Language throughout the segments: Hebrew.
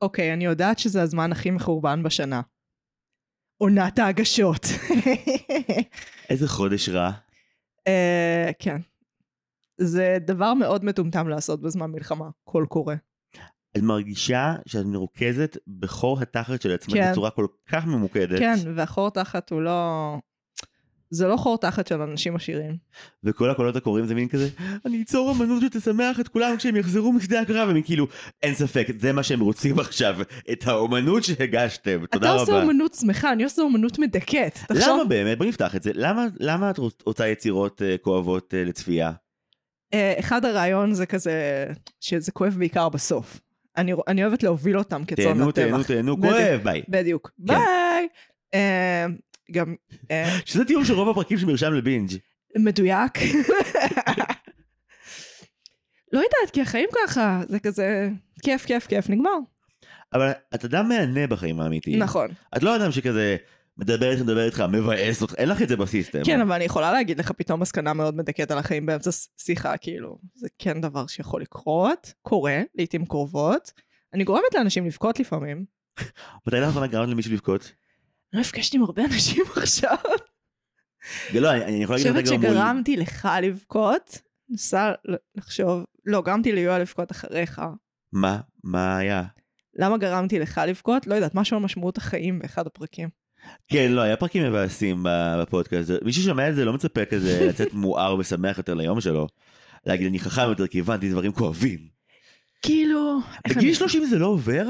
אוקיי, אני יודעת שזה הזמן הכי מחורבן בשנה. עונת ההגשות. איזה חודש רע. אה, כן. זה דבר מאוד מטומטם לעשות בזמן מלחמה, קול קורא. את מרגישה שאת מרוכזת בחור התחת של עצמך כן. בצורה כל כך ממוקדת. כן, והחור תחת הוא לא... זה לא חור תחת של אנשים עשירים. וכל הקולות הקוראים זה מין כזה, אני אצור אמנות שתשמח את כולם כשהם יחזרו משדה הקרב, הם כאילו, אין ספק, זה מה שהם רוצים עכשיו, את האומנות שהגשתם, תודה אתה רבה. עושה אומנות שמחה, אני עושה אומנות מדכאת. תחשוב. למה באמת, בוא נפתח את זה, למה, למה את רוצ- רוצה יצירות אה, כואבות אה, לצפייה? אה, אחד הרעיון זה כזה, שזה כואב בעיקר בסוף. אני, רוא- אני אוהבת להוביל אותם כצאן תהנו, תהנו, לטבח. כן. תהנו, בדיוק. כואב, ביי. בדיוק. ביי! אה, גם אה, שזה תיאור של רוב הפרקים שמרשם לבינג'. מדויק. לא יודעת, כי החיים ככה, זה כזה כיף, כיף, כיף, נגמר. אבל את אדם מהנה בחיים האמיתיים. נכון. את לא אדם שכזה מדבר איתך, מדבר איתך, מבאס אותך, אין לך את זה בסיסטם. כן, אבל אני יכולה להגיד לך פתאום מסקנה מאוד מדכאת על החיים באמצע ס- שיחה, כאילו. זה כן דבר שיכול לקרות, קורה, לעיתים קרובות. אני גורמת לאנשים לבכות לפעמים. מתי לאחרונה גרמת למישהו לבכות? לא הפגשתי עם הרבה אנשים עכשיו. לא, אני אני יכול אני להגיד חושבת לך גם מול... שגרמתי לך לבכות. ניסה ל- לחשוב. לא, גרמתי ליואל לבכות אחריך. מה? מה היה? למה גרמתי לך לבכות? לא יודעת, משהו על משמעות החיים באחד הפרקים. כן, לא, היה פרקים מבאסים ב- בפודקאסט. מי ששומע את זה לא מצפה כזה לצאת מואר ושמח יותר ליום שלו. להגיד, אני חכם יותר כי הבנתי דברים כואבים. כאילו... איך בגיל אני- 30 זה לא עובר?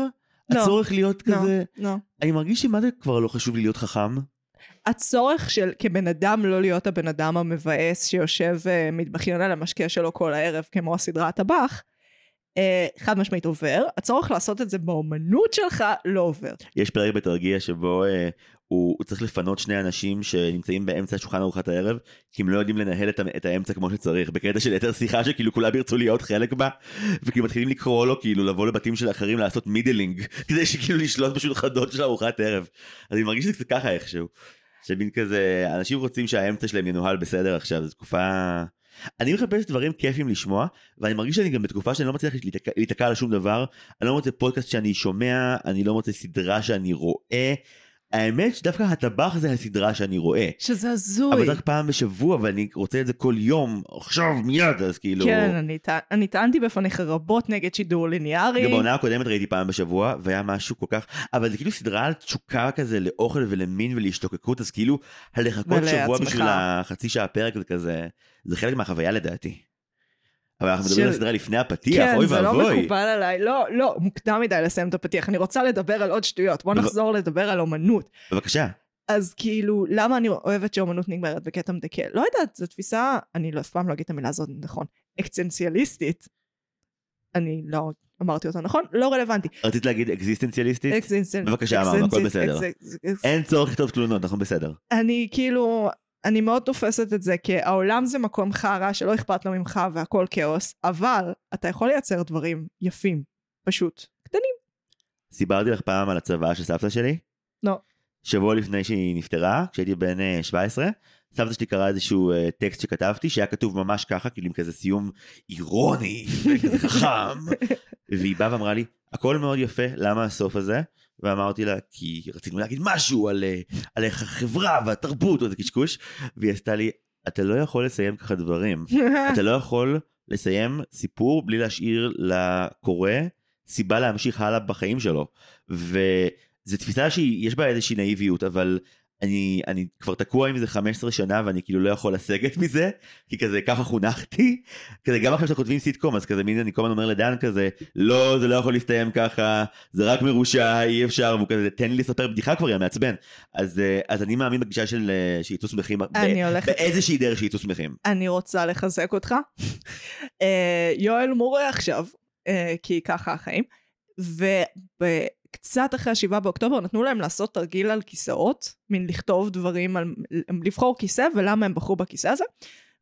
לא. הצורך להיות לא, כזה... לא. אני מרגיש שמה זה כבר לא חשוב לי להיות חכם? הצורך של כבן אדם לא להיות הבן אדם המבאס שיושב ומתבכיין על המשקה שלו כל הערב כמו הסדרה הטבח, אה, חד משמעית עובר. הצורך לעשות את זה באומנות שלך לא עובר. יש פרק בתרגיע שבו אה, הוא, הוא צריך לפנות שני אנשים שנמצאים באמצע שולחן ארוחת הערב, כי הם לא יודעים לנהל את, ה- את האמצע כמו שצריך, בקטע של יותר שיחה שכאילו כולם ירצו להיות חלק בה, וכאילו מתחילים לקרוא לו כאילו לבוא לבתים של אחרים לעשות מידלינג, כדי שכאילו לשלוט בשולחנות של ארוחת ערב. אז אני מרגיש שזה ככה איכשהו. שמין כזה, אנשים רוצים שהאמצע שלהם ינוהל בסדר עכשיו, זו תקופה... אני מחפש דברים כיפים לשמוע, ואני מרגיש שאני גם בתקופה שאני לא מצליח להיתקע- להיתקע על שום דבר, אני לא מוצא פודקאסט שאני שומע, אני לא מוצא סדרה שאני רואה. האמת שדווקא הטבח זה הסדרה שאני רואה. שזה הזוי. אבל זה רק פעם בשבוע ואני רוצה את זה כל יום, עכשיו, מיד, אז כאילו... כן, אני, טע- אני טענתי בפניך רבות נגד שידור ליניארי. גם בעונה הקודמת ראיתי פעם בשבוע, והיה משהו כל כך... אבל זה כאילו סדרה על תשוקה כזה לאוכל ולמין ולהשתוקקות, אז כאילו, הלחכות שבוע ולעצמך. בשביל החצי שעה פרק זה כזה... זה חלק מהחוויה לדעתי. אבל אנחנו מדברים של- על הסדרה לפני הפתיח, כן, אוי זה לא ואבוי. מקובל עליי. לא, לא, מוקדם מדי לסיים את הפתיח. אני רוצה לדבר על עוד שטויות. בוא בב- נחזור לדבר על אומנות. בבקשה. אז כאילו, למה אני אוהבת שאומנות נגמרת בקטע מדכא? לא יודעת, זו תפיסה, אני לא, אף פעם לא אגיד את המילה הזאת נכון, אקסטנציאליסטית. אני לא אמרתי אותה נכון, לא רלוונטי. רצית להגיד אקזיסטנציאליסטית? אקסטנציאל- אה, בבקשה, אמרנו, הכל אקסטנצי- בסדר. אקס- אקס- אין צורך לכתוב תלונות, אנחנו בסדר. אני כאילו, אני מאוד תופסת את זה כהעולם זה מקום חרא שלא אכפת לו ממך והכל כאוס, אבל אתה יכול לייצר דברים יפים, פשוט. קטנים. סיפרתי לך פעם על הצוואה של סבתא שלי? לא. שבוע לפני שהיא נפטרה, כשהייתי בן אה, 17, סבתא שלי קראה איזשהו אה, טקסט שכתבתי, שהיה כתוב ממש ככה, כאילו עם כזה סיום אירוני, וכזה חכם, והיא באה ואמרה לי, הכל מאוד יפה, למה הסוף הזה? ואמרתי לה, כי רצינו להגיד משהו על, אה, על איך החברה והתרבות, או איזה קשקוש, והיא עשתה לי, אתה לא יכול לסיים ככה דברים. אתה לא יכול לסיים סיפור בלי להשאיר לקורא סיבה להמשיך הלאה בחיים שלו. וזו תפיסה שיש בה איזושהי נאיביות, אבל אני, אני כבר תקוע עם זה 15 שנה ואני כאילו לא יכול לסגת מזה, כי כזה ככה חונכתי. כזה גם עכשיו שכותבים סיטקום, אז כזה מין אני כל הזמן אומר לדן כזה, לא, זה לא יכול להסתיים ככה, זה רק מרושע, אי אפשר, והוא כזה, תן לי לספר בדיחה כבר, יא מעצבן. אז, אה, אז אני מאמין בגישה של אה, שיצאו שמחים, ב- אני הולכת, באיזושהי דרך שיצאו שמחים. אני רוצה לחזק אותך. אה, יואל מורה עכשיו, אה, כי ככה החיים. וקצת אחרי השבעה באוקטובר נתנו להם לעשות תרגיל על כיסאות, מין לכתוב דברים, על, לבחור כיסא ולמה הם בחרו בכיסא הזה.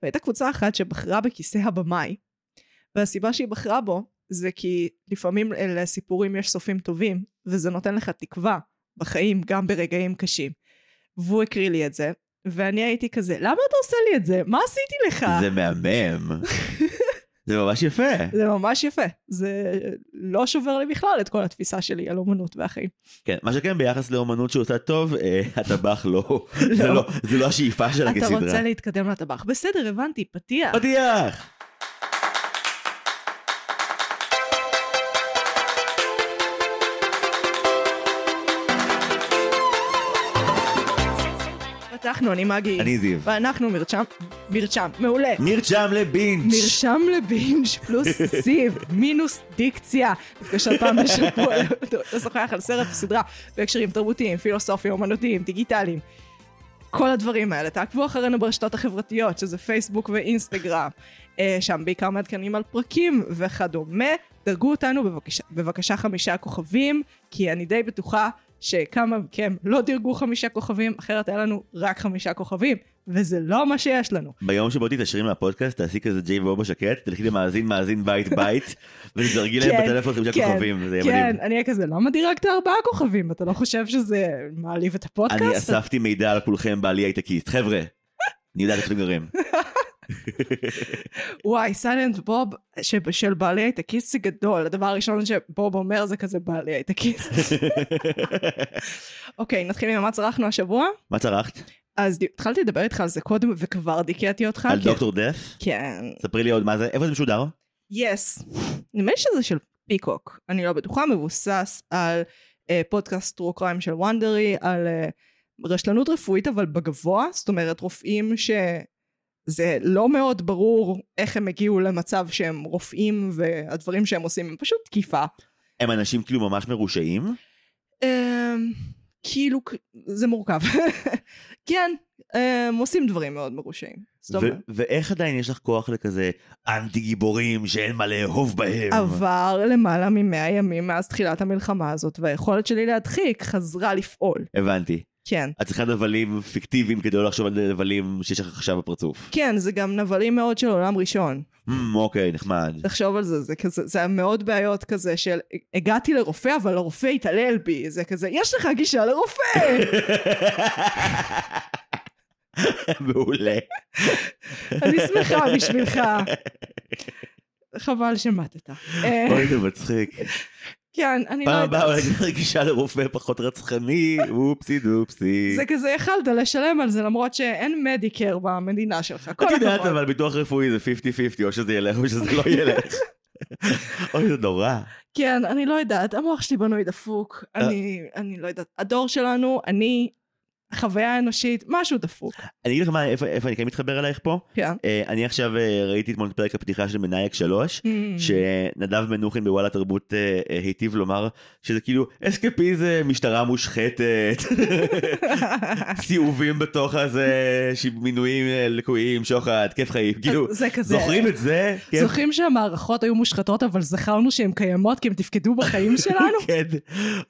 והייתה קבוצה אחת שבחרה בכיסא הבמאי, והסיבה שהיא בחרה בו זה כי לפעמים לסיפורים יש סופים טובים, וזה נותן לך תקווה בחיים גם ברגעים קשים. והוא הקריא לי את זה, ואני הייתי כזה, למה אתה עושה לי את זה? מה עשיתי לך? זה מהמם. זה ממש יפה. זה ממש יפה. זה לא שובר לי בכלל את כל התפיסה שלי על אומנות והחיים. כן, מה שכן ביחס לאומנות שעושה טוב, אה, הטבח לא, זה לא, זה לא השאיפה שלה אתה כסדרה. רוצה להתקדם לטבח. בסדר, הבנתי, פתיח. פתיח! פתחנו, אני מגי. אני זיו. ואנחנו מרשם, מרשם, מעולה. מרשם לבינץ'. מרשם לבינג' פלוס סיב, מינוס דיקציה. נפגשת פעם בשבוע, לא, לשוחח על סרט וסדרה בהקשרים תרבותיים, פילוסופיים, אומנותיים, דיגיטליים. כל הדברים האלה. תעקבו אחרינו ברשתות החברתיות, שזה פייסבוק ואינסטגרם. אה, שם בעיקר מעדכנים על פרקים וכדומה. דרגו אותנו בבקשה, בבקשה חמישה כוכבים, כי אני די בטוחה שכמה מכם לא דירגו חמישה כוכבים, אחרת היה לנו רק חמישה כוכבים, וזה לא מה שיש לנו. ביום שבו תתעשרים מהפודקאסט, תעשי כזה ג'יי ואובה שקט, תלכי למאזין מאזין בית בית, ותדרגי להם כן, בטלפון חמישה כן, כוכבים, זה יהיה כן, מדהים. אני אהיה כזה, למה דירגת ארבעה כוכבים? אתה לא חושב שזה מעליב את הפודקאסט? אני אספתי מידע על כולכם בעלי הייטקיסט. חבר'ה, אני יודע איפה אתם גרים. וואי, סיילנט בוב ש- של בעלי הייטקיסט זה גדול. הדבר הראשון שבוב אומר זה כזה בעלי הייטקיסט. אוקיי, נתחיל עם מה צרכנו השבוע. מה צרחת? אז די- התחלתי לדבר איתך על זה קודם וכבר דיכאתי אותך. על כי- דוקטור דף? כן. ספרי לי עוד מה זה, איפה זה משודר? יס. נדמה לי שזה של פיקוק. אני לא בטוחה, מבוסס על אה, פודקאסט טרו קריים של וונדרי, על אה, רשלנות רפואית אבל בגבוה, זאת אומרת רופאים ש... זה לא מאוד ברור איך הם הגיעו למצב שהם רופאים והדברים שהם עושים הם פשוט תקיפה. הם אנשים כאילו ממש מרושעים? אמ, כאילו כ- זה מורכב. כן, אמ, עושים דברים מאוד מרושעים. זאת ו- אומרת, ואיך עדיין יש לך כוח לכזה אנטי גיבורים שאין מה לאהוב בהם? עבר למעלה ממאה ימים מאז תחילת המלחמה הזאת והיכולת שלי להדחיק חזרה לפעול. הבנתי. כן. את צריכה נבלים פיקטיביים כדי לא לחשוב על נבלים שיש לך עכשיו בפרצוף. כן, זה גם נבלים מאוד של עולם ראשון. אמ, אוקיי, נחמד. תחשוב על זה, זה כזה, זה מאוד בעיות כזה של הגעתי לרופא אבל הרופא התעלל בי, זה כזה, יש לך גישה לרופא! מעולה. אני שמחה בשבילך. חבל שמטת. אה, אוי, זה מצחיק. כן, אני לא פעם יודעת. הבאה אולי נדבר גישה לרופא פחות רצחני, אופסי דופסי. זה כזה יכלת לשלם על זה למרות שאין מדיקר במדינה שלך. כל את יודעת הכבוד. אבל ביטוח רפואי זה 50-50, או שזה ילך או שזה לא ילך. אוי, זה נורא. כן, אני לא יודעת, המוח שלי בנוי דפוק, אה. אני, אני לא יודעת. הדור שלנו, אני, החוויה האנושית, משהו דפוק. אני אגיד לך מה, איפה איפה אני כן מתחבר אלייך פה. כן. אה, אני עכשיו אה, ראיתי אתמול את פרק הפתיחה של מנאייק 3, Mm. שנדב מנוחין בוואלה תרבות אה, אה, היטיב לומר שזה כאילו אסקפיזם, משטרה מושחתת, סיאובים בתוך הזה, ש- מינויים אה, לקויים, שוחד, כיף חיים, כאילו, Mm. זה כזה. זוכרים את זה? כן, זוכרים שהמערכות היו מושחתות אבל זכרנו שהן קיימות כי הן תפקדו בחיים שלנו? כן,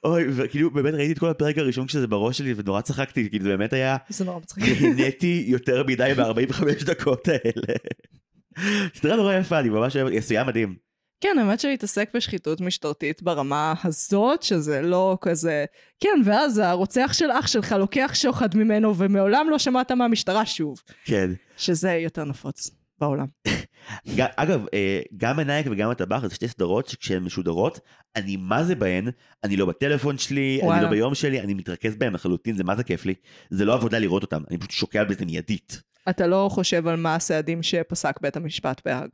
אוי, וכאילו באמת ראיתי את כל הפרק הראשון כשזה בראש שלי ונורא צחקתי, כאילו זה באמת היה, זה נורא מצחיק. נהניתי יותר מדי ב-45 דקות האלה. סדרה נורא יפה, אני ממש אוהב, היא עשויה מדהים. כן, האמת שלהתעסק בשחיתות משטרתית ברמה הזאת, שזה לא כזה... כן, ואז הרוצח של אח שלך לוקח שוחד ממנו, ומעולם לא שמעת מהמשטרה שוב. כן. שזה יותר נפוץ בעולם. ג- אגב, אה, גם מנאייק וגם הטבח זה שתי סדרות שכשהן משודרות, אני מה זה בהן, אני לא בטלפון שלי, אני וואלה. לא ביום שלי, אני מתרכז בהן לחלוטין, זה מה זה כיף לי. זה לא עבודה לראות אותן, אני פשוט שוקע בזה מיידית. אתה לא חושב על מה הסעדים שפסק בית המשפט בהאג.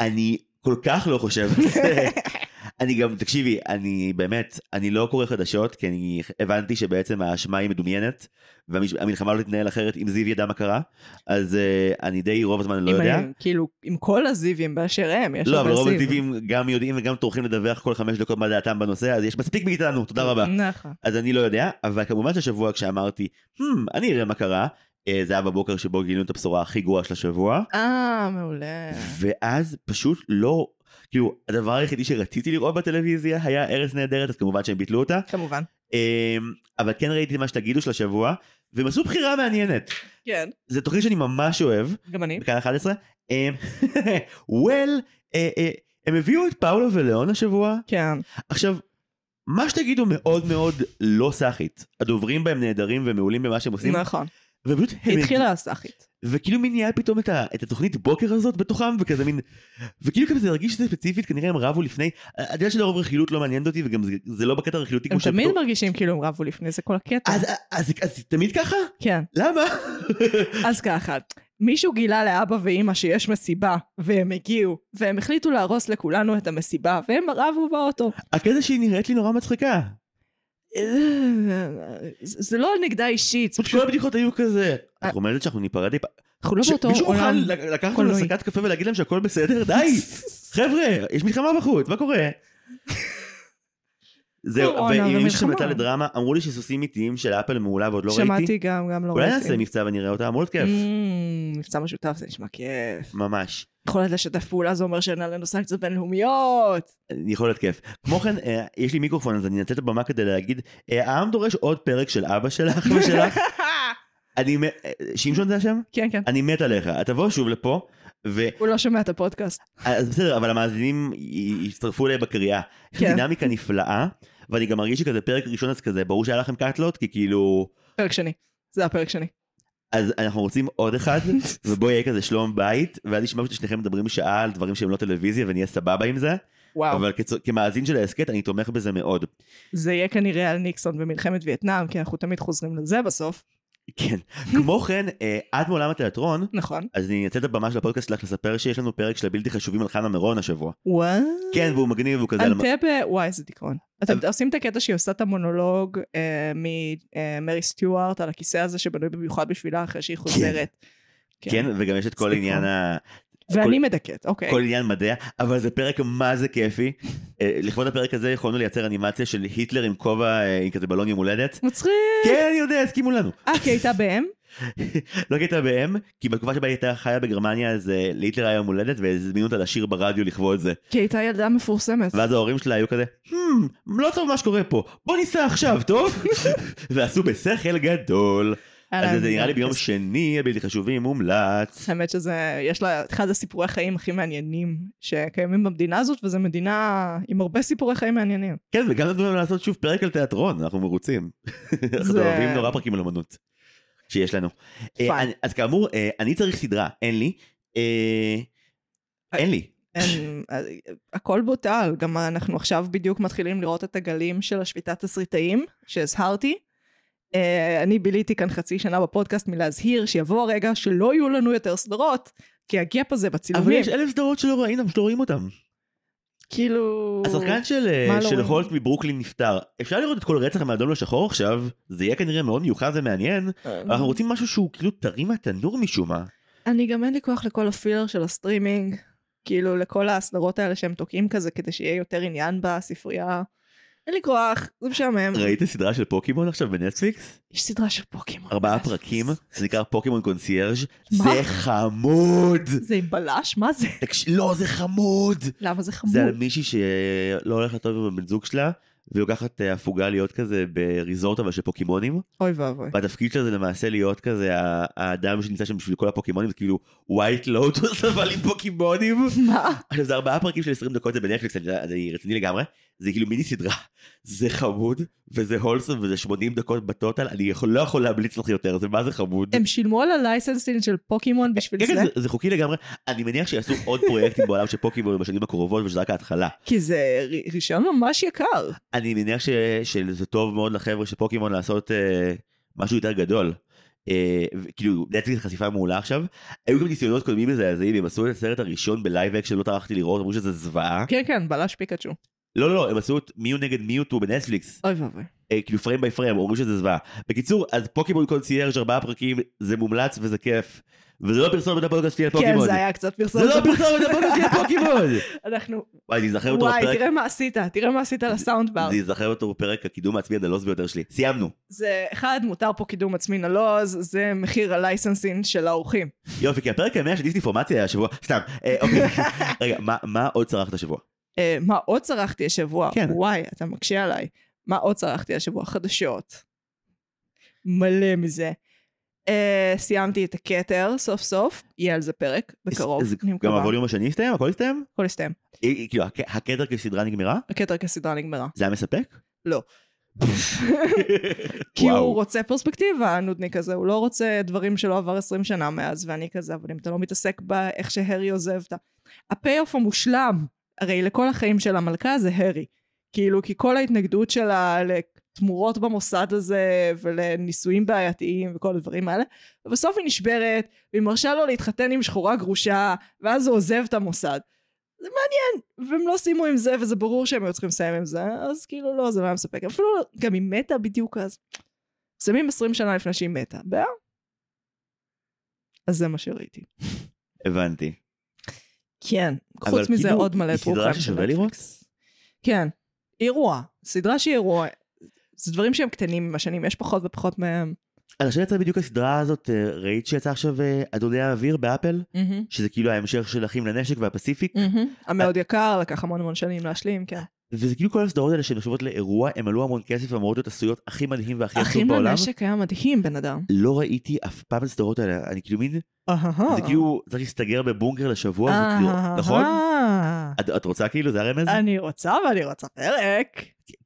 אני כל כך לא חושב על זה. אני גם, תקשיבי, אני באמת, אני לא קורא חדשות, כי אני הבנתי שבעצם האשמה היא מדומיינת, והמלחמה לא תתנהל אחרת אם זיו ידע מה קרה, אז אה, אני די רוב הזמן לא אם יודע. הם, כאילו, עם כל הזיווים באשר הם, יש לא, הרבה אבל רוב זיו. הטבעים גם יודעים וגם טורחים לדווח כל חמש דקות מה דעתם בנושא, אז יש מספיק מאיתנו, תודה רבה. נכון. אז אני לא יודע, אבל כמובן שהשבוע כשאמרתי, "Hmm, אני אראה מה קרה, אה, זה היה בבוקר שבו גילינו את הבשורה הכי גרועה של השבוע, אה, מעולה. ואז פשוט לא, כאילו, הדבר היחידי שרציתי לראות בטלוויזיה היה ארץ נהדרת, אז כמובן שהם ביטלו אותה, כמובן. אה, אבל כן ראיתי את מה שתגידו של השבוע, והם עשו בחירה מעניינת. כן. זו תוכנית שאני ממש אוהב, גם אני. בכאן 11, אה, well, אה, אה, הם הביאו את פאולו ולאון השבוע, כן. עכשיו, מה שתגידו מאוד מאוד לא סאחית. הדוברים בהם נהדרים ומעולים במה שהם עושים, נכון. ופשוט הם, התחילה הסאחית. וכאילו מין נהיה פתאום את, ה, את התוכנית בוקר הזאת בתוכם, וכזה מין... וכאילו כזה הרגיש שזה ספציפית, כנראה הם רבו לפני... אני יודע שלרוב רכילות לא מעניינת אותי, וגם זה, זה לא בקטע הרכילותי הם כמו תמיד מרגישים כאילו הם רבו לפני, זה כל הקטע. אז, אז, אז, אז תמיד ככה? כן. למה? אז ככה, מישהו גילה לאבא ואימא שיש מסיבה, והם הגיעו, והם החליטו להרוס לכולנו את המסיבה, והם רבו באוטו. הקטע שהיא נראית לי נורא מצחיקה. אה. זה זה לא נגדה אישית, זה פשוט פשוט- כל הבדיחות היו כזה. את עומדת שאנחנו ניפרד אי פעם. אנחנו לא באותו מישהו מוכן עולם. ל- לקחת אותנו קולנועי. להסקת קפה ולהגיד להם שהכל בסדר? די! חבר'ה, יש מלחמה בחוץ, מה קורה? זהו, קורונה ואם יש לכם ומלחמה. נתן לדרמה, אמרו לי שסוסים איטיים של אפל מעולה ועוד לא ראיתי. שמעתי גם, גם לא אולי נעשה מבצע ונראה אותה, אמור להיות כיף. Mm, מבצע משותף זה נשמע כיף. ממש. יכולת לשתף פעולה זה אומר שאין עלינו סנקציות בינלאומיות. יכול להיות כיף. כמו כן, אה, יש לי מיקרופון אז אני אנצל את הבמה כדי להגיד, אה, העם דורש עוד פרק של אבא שלך ושלך. אני, מ- אה, שמשון זה השם? כן, כן. אני מת עליך. אתה תבוא שוב לפה, ו... הוא לא שומע את הפודקאסט. אז בסדר, אבל המאזינים י- יצטרפו אליי בקריאה. יש כן. לי דינמיקה נפלאה, ואני גם מרגיש שכזה פרק ראשון אז כזה, ברור שהיה לכם קאטלות, כי כאילו, פרק שני. זה הפרק שני. אז אנחנו רוצים עוד אחד, ובוא יהיה כזה שלום בית, ואז נשמע ששניכם מדברים שעה על דברים שהם לא טלוויזיה, ונהיה סבבה עם זה, וואו. אבל כצו- כמאזין של ההסכת אני תומך בזה מאוד. זה יהיה כנראה על ניקסון במלחמת וייטנאם, כי אנחנו תמיד חוזרים לזה בסוף. כן. כמו כן, אה, את מעולם התיאטרון, נכון. אז אני אנצל את הבמה של הפודקאסט שלך לספר שיש לנו פרק של הבלתי חשובים על חנה מירון השבוע. וואו. כן, והוא מגניב, והוא כזה... על- אנטבה, וואי איזה דיכאון. אבל- אתם עושים את הקטע שהיא עושה את המונולוג אה, ממרי סטיוארט על הכיסא הזה שבנוי במיוחד בשבילה אחרי שהיא חוזרת. כן, וגם יש את כל זה עניין נכון. ה... ואני מדכאת, אוקיי. כל עניין מדעי, אבל זה פרק מה זה כיפי. אה, לכבוד הפרק הזה יכולנו לייצר אנימציה של היטלר עם כובע, אה, עם כזה בלון יום הולדת. מצחיק. כן, אני יודע, הסכימו לנו. אה, כי הייתה בהם? לא כי הייתה בהם, כי בתקופה שבה היא הייתה חיה בגרמניה, אז אה, להיטלר היה יום הולדת, והזמינו אותה לשיר ברדיו לכבוד זה. כי הייתה ילדה מפורסמת. ואז ההורים שלה היו כזה, "Hmm, לא טוב מה שקורה פה, בוא ניסע עכשיו, טוב? ועשו בשכל גדול. אז זה נראה לי ביום שני, הבלתי חשובים, מומלץ. האמת שזה, יש לה את אחד הסיפורי חיים הכי מעניינים שקיימים במדינה הזאת, וזו מדינה עם הרבה סיפורי חיים מעניינים. כן, וגם נתנו לנו לעשות שוב פרק על תיאטרון, אנחנו מרוצים. אנחנו זה- אוהבים נורא פרקים על אמנות שיש לנו. אה, אני- אז כאמור, אה, אני צריך סדרה, אין לי. אה, אה, אין לי. אין- אה, הכל בוטל, גם אנחנו עכשיו בדיוק מתחילים לראות את הגלים של השביתת תסריטאים שהזהרתי. אה, אני ביליתי כאן חצי שנה בפודקאסט מלהזהיר שיבוא הרגע שלא יהיו לנו יותר סדרות, כי הגאפ הזה אבל בצילומים, יש אלף סדרות שלא ראינו, שלא רואים אותן. כאילו... השחקן של, אה, מה לא של רואים? הולט מברוקלין נפטר. אפשר לראות את כל רצח מהאדום לשחור עכשיו, זה יהיה כנראה מאוד מיוחד ומעניין, אה. אבל אנחנו רוצים משהו שהוא כאילו טרי מהתנור משום מה. אני גם אין לי כוח לכל הפילר של הסטרימינג, כאילו לכל הסדרות האלה שהם תוקעים כזה כדי שיהיה יותר עניין בספרייה. אין לי כוח, זה משעמם. ראית סדרה של פוקימון עכשיו בנטפליקס? יש סדרה של פוקימון. ארבעה פרקים, זה נקרא פוקימון קונסיירג'. אה. מה? זה חמוד! זה עם בלש? מה זה? תקשיב, לא, זה חמוד! למה זה חמור? זה על מישהי שלא הולך לטוב עם הבן זוג שלה, והיא לוקחת אה, הפוגה להיות כזה בריזורט אבל של פוקימונים, אוי ואבוי. והתפקיד שלה זה למעשה להיות כזה ה- האדם שנמצא שם בשביל כל הפוקימונים, זה כאילו ווייט לוטוס אבל עם פוקימונים. מה? עכשיו זה ארבעה פרקים של 20 דקות, זה בנטפליקס, אני, אני רציני לגמרי, זה כאילו מיני סדרה. זה חמוד, וזה הולסום, וזה 80 דקות בטוטל, אני יכול, לא יכול להמליץ לך יותר, זה מה זה חמוד. הם שילמו על הלייסנסינג של פוקימון בשביל כן, כן, זה? זה- זה חוקי לגמרי, אני מניח שיעשו עוד פרויקטים בעולם של פוקימון בשנים הקרובות ושזה רק ההתחלה. כי זה ר- רישיון ממש יקר. אני מניח ש, שזה טוב מאוד לחבר'ה של פוקימון לעשות אה, משהו יותר גדול. אה, ו- כאילו נטפליקס חשיפה מעולה עכשיו. היו גם ניסיונות קודמים מזעזעים, הם עשו את הסרט הראשון בלייב אקשן, לא טרחתי לראות, אמרו שזה זוועה. כן, כן, בלש פיקאצ'ו. לא, לא, לא, הם עשו את מיו נגד מיוטו בנטפליקס, אוי ואבוי. אה, כאילו פריים ביי פריים, אמרו שזה זוועה. בקיצור, אז פוקימון קונסיירג' ארבעה פרקים, זה מומלץ וזה כיף. וזה לא פרסומת לפודקאסט שלי על כן, פוקימון. זה היה קצת פרסום. זה לא פרסומת לפודקאסט שלי על פוקימון. אנחנו... וואי, להיזכר אותו וואי, בפרק, תראה מה עשית, תראה מה עשית לסאונד בר. זה ייזכר אותו בפרק הקידום העצמי הדלוס ביותר שלי. סיימנו. זה אחד, מותר פה קידום עצמי נלוז, זה מחיר הלייסנסין של האורחים. יופי, כי הפרק ה-100 של דיסניפורמציה היה השבוע, סתם, אה, אוקיי. רגע, מה- מה עוד צרכת השבוע? אה, מה עוד צרכתי השבוע? כן. וואי, אתה מקשה עליי. מה עוד צרכתי השבוע? חדשות. מלא מזה. אה, סיימתי את הכתר סוף סוף, יהיה על זה פרק בקרוב. זה- אני גם מקווה. הווליום השני הסתיים? הכל הסתיים? הכל הסתיים. אה, אה, כאילו, הק- הכתר כסדרה נגמרה? הכתר כסדרה נגמרה. זה היה מספק? כי וואו. הוא רוצה פרספקטיבה, הנודניק הזה, הוא לא רוצה דברים שלא עבר 20 שנה מאז, ואני כזה, אבל אם אתה לא מתעסק באיך שהרי עוזב את ה... הפי-אוף המושלם, הרי לכל החיים של המלכה זה הרי. כאילו, כי כל ההתנגדות שלה לתמורות במוסד הזה, ולנישואים בעייתיים, וכל הדברים האלה, ובסוף היא נשברת, והיא מרשה לו להתחתן עם שחורה גרושה, ואז הוא עוזב את המוסד. זה מעניין, והם לא סיימו עם זה, וזה ברור שהם היו צריכים לסיים עם זה, אז כאילו לא, זה לא היה מספק. אפילו גם היא מתה בדיוק אז. שמים 20 שנה לפני שהיא מתה, בעיה. אז זה מה שראיתי. הבנתי. כן, אבל חוץ כאילו, מזה עוד מלא היא פרוחים סדרה ששווה של לראות? נטפליקס. כן, אירוע, סדרה שהיא אירוע. זה דברים שהם קטנים עם השנים, יש פחות ופחות מהם. אז עכשיו יצאה בדיוק הסדרה הזאת, אה, ראית שיצא עכשיו אה, אדוני האוויר באפל? שזה כאילו ההמשך של אחים לנשק והפסיפיק? מהמם. המאוד יקר, לקח המון המון שנים להשלים, כן. וזה כאילו כל הסדרות האלה שנחשבות לאירוע, הם עלו המון כסף, הן אמורות להיות עשויות הכי מדהים והכי עצוב אחים בעולם. לנשק היה מדהים, בן אדם. לא ראיתי אף פעם את הסדרות האלה, אני כאילו מין, אה. זה כאילו צריך להסתגר בבונקר לשבוע, זה כאילו- נכון? אהה. את- את רוצה כאילו, זה הרמז? אה, אני רוצה ואני רוצה פרק.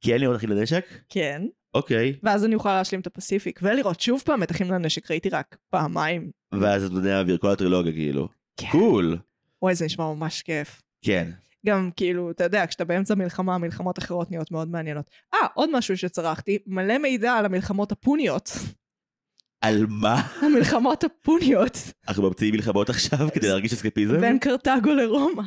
כי אין לי עוד אחים לנשק? כן. אוקיי. ואז אני אוכל להשלים את הפסיפיק ולראות שוב פעם את אחים לנשק, ראיתי רק פעמיים. ואז אדוני האוויר, כל הטרילוגיה כאילו. כן. קול. וואי, זה נשמע ממש כיף. כן. גם כאילו, אתה יודע, כשאתה באמצע מלחמה, מלחמות אחרות נהיות מאוד מעניינות. אה, עוד משהו שצרחתי, מלא מידע על המלחמות הפוניות. על מה? המלחמות הפוניות אנחנו ממציאים מלחמות עכשיו כדי להרגיש אסקפיזם? בין קרתגו לרומא.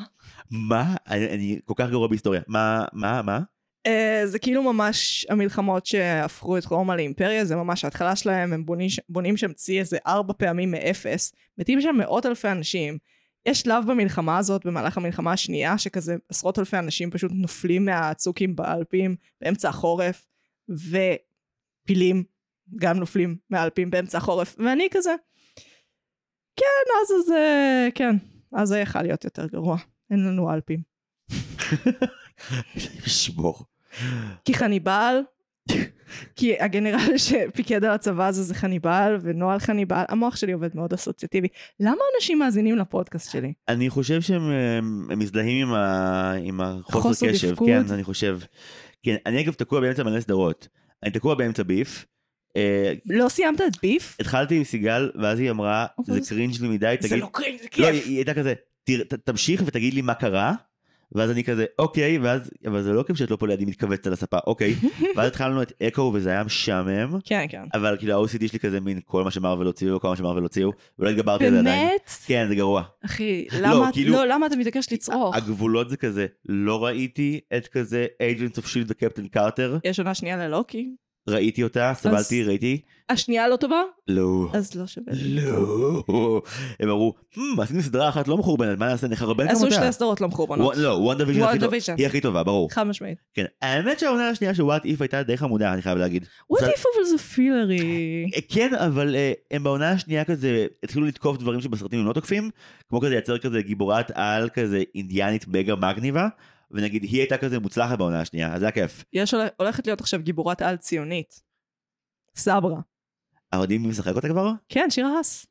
מה? אני אני כל כך גרוע בהיסטוריה. מה? מה? מה? אה, זה כאילו ממש המלחמות שהפכו את רומא לאימפריה, זה ממש ההתחלה שלהם, הם בונים, בונים שם צי איזה ארבע פעמים מאפס, מתים שם מאות אלפי אנשים. יש שלב במלחמה הזאת, במהלך המלחמה השנייה, שכזה עשרות אלפי אנשים פשוט נופלים מהצוקים באלפים באמצע החורף, ופילים גם נופלים מהאלפים באמצע החורף, ואני כזה, כן, אז זה, כן, אז זה יכל להיות יותר גרוע, אין לנו אלפים. שמור. כי חניבל, כי הגנרל שפיקד על הצבא הזה זה חניבל, ונוהל חניבל, המוח שלי עובד מאוד אסוציאטיבי. למה אנשים מאזינים לפודקאסט שלי? אני חושב שהם הם- הם מזדהים עם, ה... עם החוסר חוסר קשב, תפקוד. כן, אני חושב. כן, אני אגב תקוע באמצע מלא סדרות. אני תקוע באמצע ביף. אה, לא סיימת את ביף? התחלתי עם סיגל, ואז היא אמרה, אבל זה זה- קרינג' לי מדי, אוקיי, זה תגיד... לא קרינג', זה לא, היא כיף. היא הייתה כזה, "תרא- ת- תמשיך ותגיד לי מה קרה. ואז אני כזה, אוקיי, ואז, אבל זה לא כיף שאת לא פה לידי מתכווצת על הספה, אוקיי. ואז התחלנו את אקו וזה היה משעמם. כן, כן. אבל כאילו ה-OCD שלי כזה מין כל מה שמרוויל הוציאו, כל מה שמרוויל הוציאו, ולא התגברתי על זה עדיין. באמת? כן, זה גרוע. אחי, לא, למה כאילו- לא, למה אתה מתעקש לצרוך? הגבולות זה כזה, לא ראיתי את כזה agents of shield וקפטן קרטר, יש עונה שנייה ללוקי. ראיתי אותה, סבלתי, ראיתי, השנייה לא טובה? לא. אז לא שווה. לי. לא. הם אמרו, "Hmm, עשינו סדרה אחת לא מחורבנת, מה נעשה, נחרבן גם עשו שתי אותה. הסדרות לא מחורבנות. וו- לא, וונדה ויז'ן הכי טוב- WandaVision. היא הכי טובה, ברור. חד משמעית. כן, האמת שהעונה השנייה של וואט איף הייתה די חמודה, אני חייב להגיד. What זה- if אבל זה פילרי? אה, כן, אבל אה, הם בעונה השנייה כזה התחילו לתקוף דברים שבסרטים הם לא תוקפים, כמו כזה לייצר כזה גיבורת על כזה אינדיאנית בגה מגניבה, ונגיד היא הייתה כזה מוצלחת בעונה השנייה, אז זה היה כיף. יש הול- הולכת להיות עכשיו גיבורת על ציונית. סברה. אבל יודעים מי משחק אותה כבר? כן, שיר האס.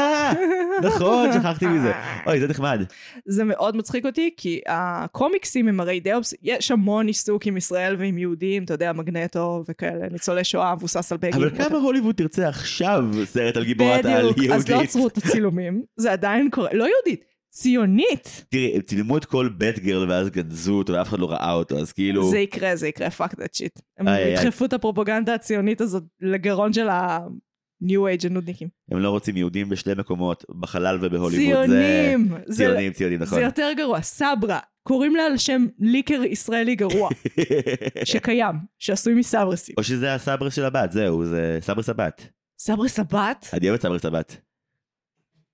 נכון, שכחתי מזה. אוי, זה נחמד. זה מאוד מצחיק אותי, כי הקומיקסים הם הרי די אובס... יש המון עיסוק עם ישראל ועם יהודים, אתה יודע, מגנטו וכאלה, ניצולי שואה, מבוסס על בגין. אבל כמה הוליווד תרצה עכשיו סרט על גיבורת על בדיוק, יהודית? אז לא עצרו את הצילומים, זה עדיין קורה, לא יהודית, ציונית. תראי, הם צילמו את כל בט גרל ואז גנזו אותו ואף אחד לא ראה אותו, אז כאילו... זה יקרה, זה יקרה, fuck that shit. הם איי, איי. ידחפו את הפרופוגנדה הציונית הזאת לגרון של ה-new age הנודניקים. הם לא רוצים יהודים בשני מקומות, בחלל ובהוליווד. זה- ציונים! זה- ציונים, ציונים, נכון. זה יותר גרוע, סברה, קוראים לה על שם ליקר ישראלי גרוע, כן. שקיים, שעשוי מסברסים. או שזה הסברס של הבת, זהו, זה סברס הבת. סברס הבת? אני אוהב את סברס הבת.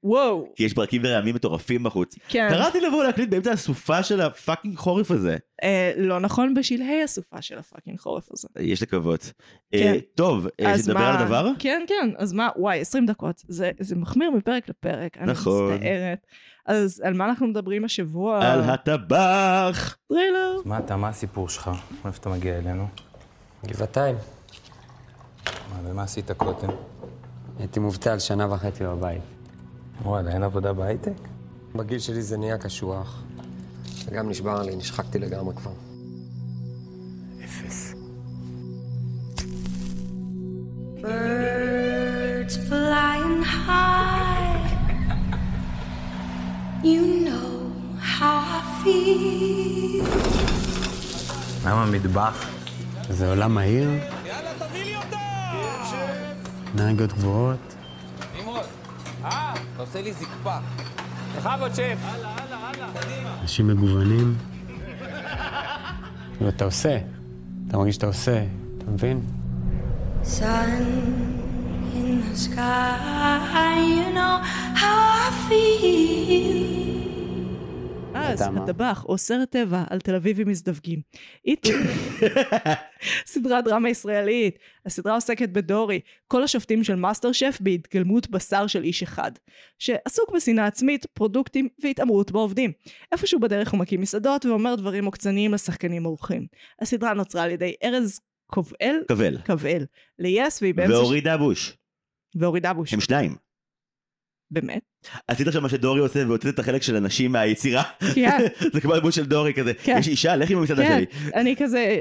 וואו, כי יש ברקים ורעמים מטורפים בחוץ. כן. קראתי לבוא להקליט באמצע הסופה של הפאקינג חורף הזה. אה, לא נכון בשלהי הסופה של הפאקינג חורף הזה. יש לקוות. כן. אה, טוב, אה, אז שנדבר מה- על הדבר? כן, כן, אז מה, וואי, 20 דקות. זה, זה מחמיר מפרק לפרק, אני נכון. מצטערת. אז על מה אנחנו מדברים השבוע? על הטבח! הטריילר. מה אתה, מה הסיפור שלך? מאיפה אתה מגיע אלינו? גבעתיים. מה, ומה עשית קודם? הייתי מובטל שנה וחצי בבית. וואלה, אין עבודה בהייטק? בגיל שלי זה נהיה קשוח. וגם נשבר לי, נשחקתי לגמרי כבר. אפס. למה מטבח? זה עולם מהיר, יאללה, תביא לי אותה! נהגות גבוהות. נמרוד. אה? אתה עושה לי זקפה. בכבוד, שף. אנשים מגוונים. ואתה עושה, אתה מרגיש שאתה עושה, אתה מבין? Sun in the sky, you know how I feel. אז למה? הטבח או סרט טבע על תל אביבים מזדווגים. אית... סדרת דרמה ישראלית. הסדרה עוסקת בדורי, כל השופטים של מאסטר שף בהתגלמות בשר של איש אחד, שעסוק בשנאה עצמית, פרודוקטים והתעמרות בעובדים. איפשהו בדרך הוא מקים מסעדות ואומר דברים עוקצניים לשחקנים אורחים. הסדרה נוצרה על ידי ארז קובל, קבל. קבל, ליס והיא באמצע... והורידה בוש. והורידה בוש. הם שניים. באמת? עשית עכשיו מה שדורי עושה והוצאת את החלק של הנשים מהיצירה. כן. זה כמו הדמות של דורי כזה. כן. יש אישה, לכי במסעדה כן, שלי. אני כזה...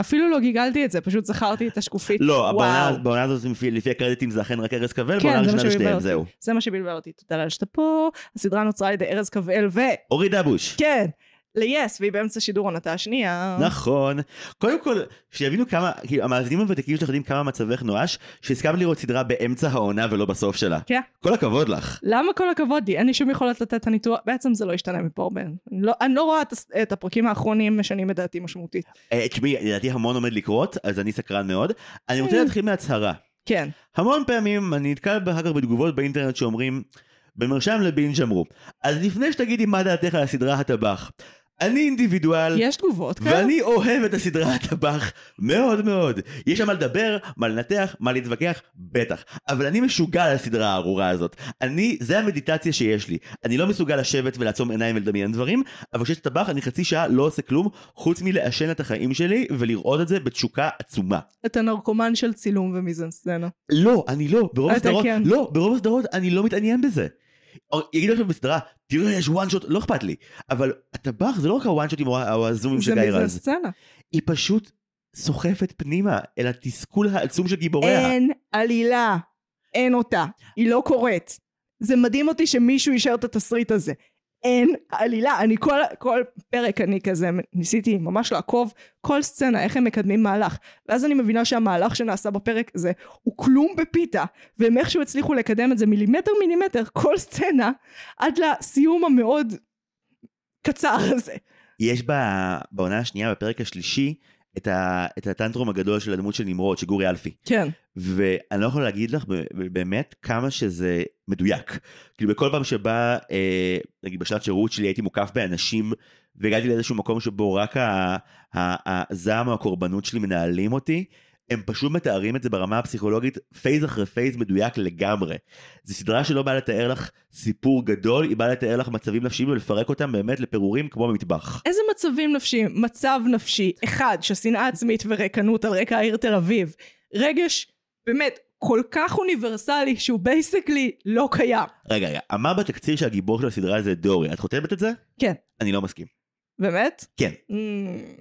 אפילו לא גיגלתי את זה, פשוט זכרתי את השקופית. לא, וואו. הבעונה- בעונה הזאת לפי- לפי הקרדיטים זה אכן רק ארז קבל, כן, בעונה זה מה הראשונה זה שבלבל שניהם, אותי. זהו. זה מה שבלבל אותי, תודה לאל שאתה פה. הסדרה נוצרה על ידי ארז קבל ו... הורידה בוש. כן, ליס, והיא באמצע שידור עונתה השנייה. נכון. קודם כל, שיבינו כמה, כאילו, המאזינים הוותיקים שלך יודעים כמה מצבך נואש, שהסכמת לראות סדרה באמצע העונה ולא בסוף שלה. כן. כל הכבוד לך. למה כל הכבוד לי? אין לי שום יכולת לתת את הניתוח, בעצם זה לא ישתנה מפה הרבה. אני לא- אני לא רואה את הס- את הפרקים האחרונים משנים את דעתי משמעותית. אה, תשמעי, לדעתי המון עומד לקרות, אז אני סקרן מאוד. אני רוצה להתחיל מהצהרה. כן, המון פעמים אני נתקל אחר כך בתגובות באינטרנט שאומרים, במרשם לבינג' אמרו, אז לפני שתגידי מה דעתך על הסדרה הטבח, אני אינדיבידואל, יש תגובות כאלה? ואני אוהב את הסדרה הטבח מאוד מאוד. יש שם מה לדבר, מה לנתח, מה להתווכח, בטח. אבל אני משוגע על הסדרה הארורה הזאת. אני, זה המדיטציה שיש לי. אני לא מסוגל לשבת ולעצום עיניים ולדמיין דברים, אבל כשיש טבח אני חצי שעה לא עושה כלום, חוץ מלעשן את החיים שלי ולראות את זה בתשוקה עצומה. אתה נרקומן של צילום ומיזנסצנה. לא, אני לא, ברוב אתה הסדרות, כן. לא, ברוב הסדרות אני לא מתעניין בזה. או יגידו עכשיו בסדרה, תראה יש וואן שוט, לא אכפת לי. אבל הטבח זה לא רק הוואן שוטים או ה- או הזומים זה של גיא רז. מיזנסצנה. היא פשוט סוחפת פנימה אל התסכול העצום של גיבוריה. אין עלילה. אין אותה. היא לא קורית. זה מדהים אותי שמישהו אישר את התסריט הזה. אין עלילה. אני כל, כל פרק אני כזה ניסיתי ממש לעקוב כל סצנה, איך הם מקדמים מהלך. ואז אני מבינה שהמהלך שנעשה בפרק הזה הוא כלום בפיתה. והם איכשהו הצליחו לקדם את זה מילימטר מילימטר כל סצנה עד לסיום המאוד קצר הזה. יש בה- בעונה השנייה, בפרק השלישי, את, ה, את הטנטרום הגדול של הדמות של נמרוד, של גורי אלפי. כן. ואני לא יכול להגיד לך ב- ב- באמת כמה שזה מדויק. כאילו בכל פעם שבה, אה, נגיד בשנת שירות שלי הייתי מוקף באנשים והגעתי לאיזשהו מקום שבו רק ה- ה- הזעם או הקורבנות שלי מנהלים אותי, הם פשוט מתארים את זה ברמה הפסיכולוגית פייז אחרי פייז מדויק לגמרי. זו סדרה שלא באה לתאר לך סיפור גדול, היא באה לתאר לך מצבים נפשיים ולפרק אותם באמת לפירורים כמו במטבח. איזה מצבים נפשיים? מצב נפשי, אחד, של שנאה עצמית וריקנות על רקע העיר תל אביב. רגש, באמת, כל כך אוניברסלי, שהוא בייסקלי לא קיים. רגע, רגע, אמר בתקציר שהגיבור של הסדרה זה דורי, את חותמת את זה? כן. אני לא מסכים. באמת? כן. Mm,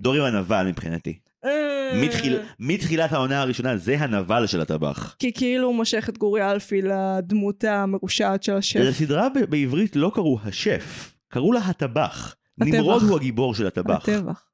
דורי הוא הנבל מבחינתי. אה, מתחיל, מתחילת העונה הראשונה זה הנבל של הטבח. כי כאילו הוא מושך את גורי אלפי לדמות המרושעת של השף. לסדרה ב- בעברית לא קראו השף, קראו לה הטבח. הטבח. נמרוד הוא הגיבור של הטבח. הטבח.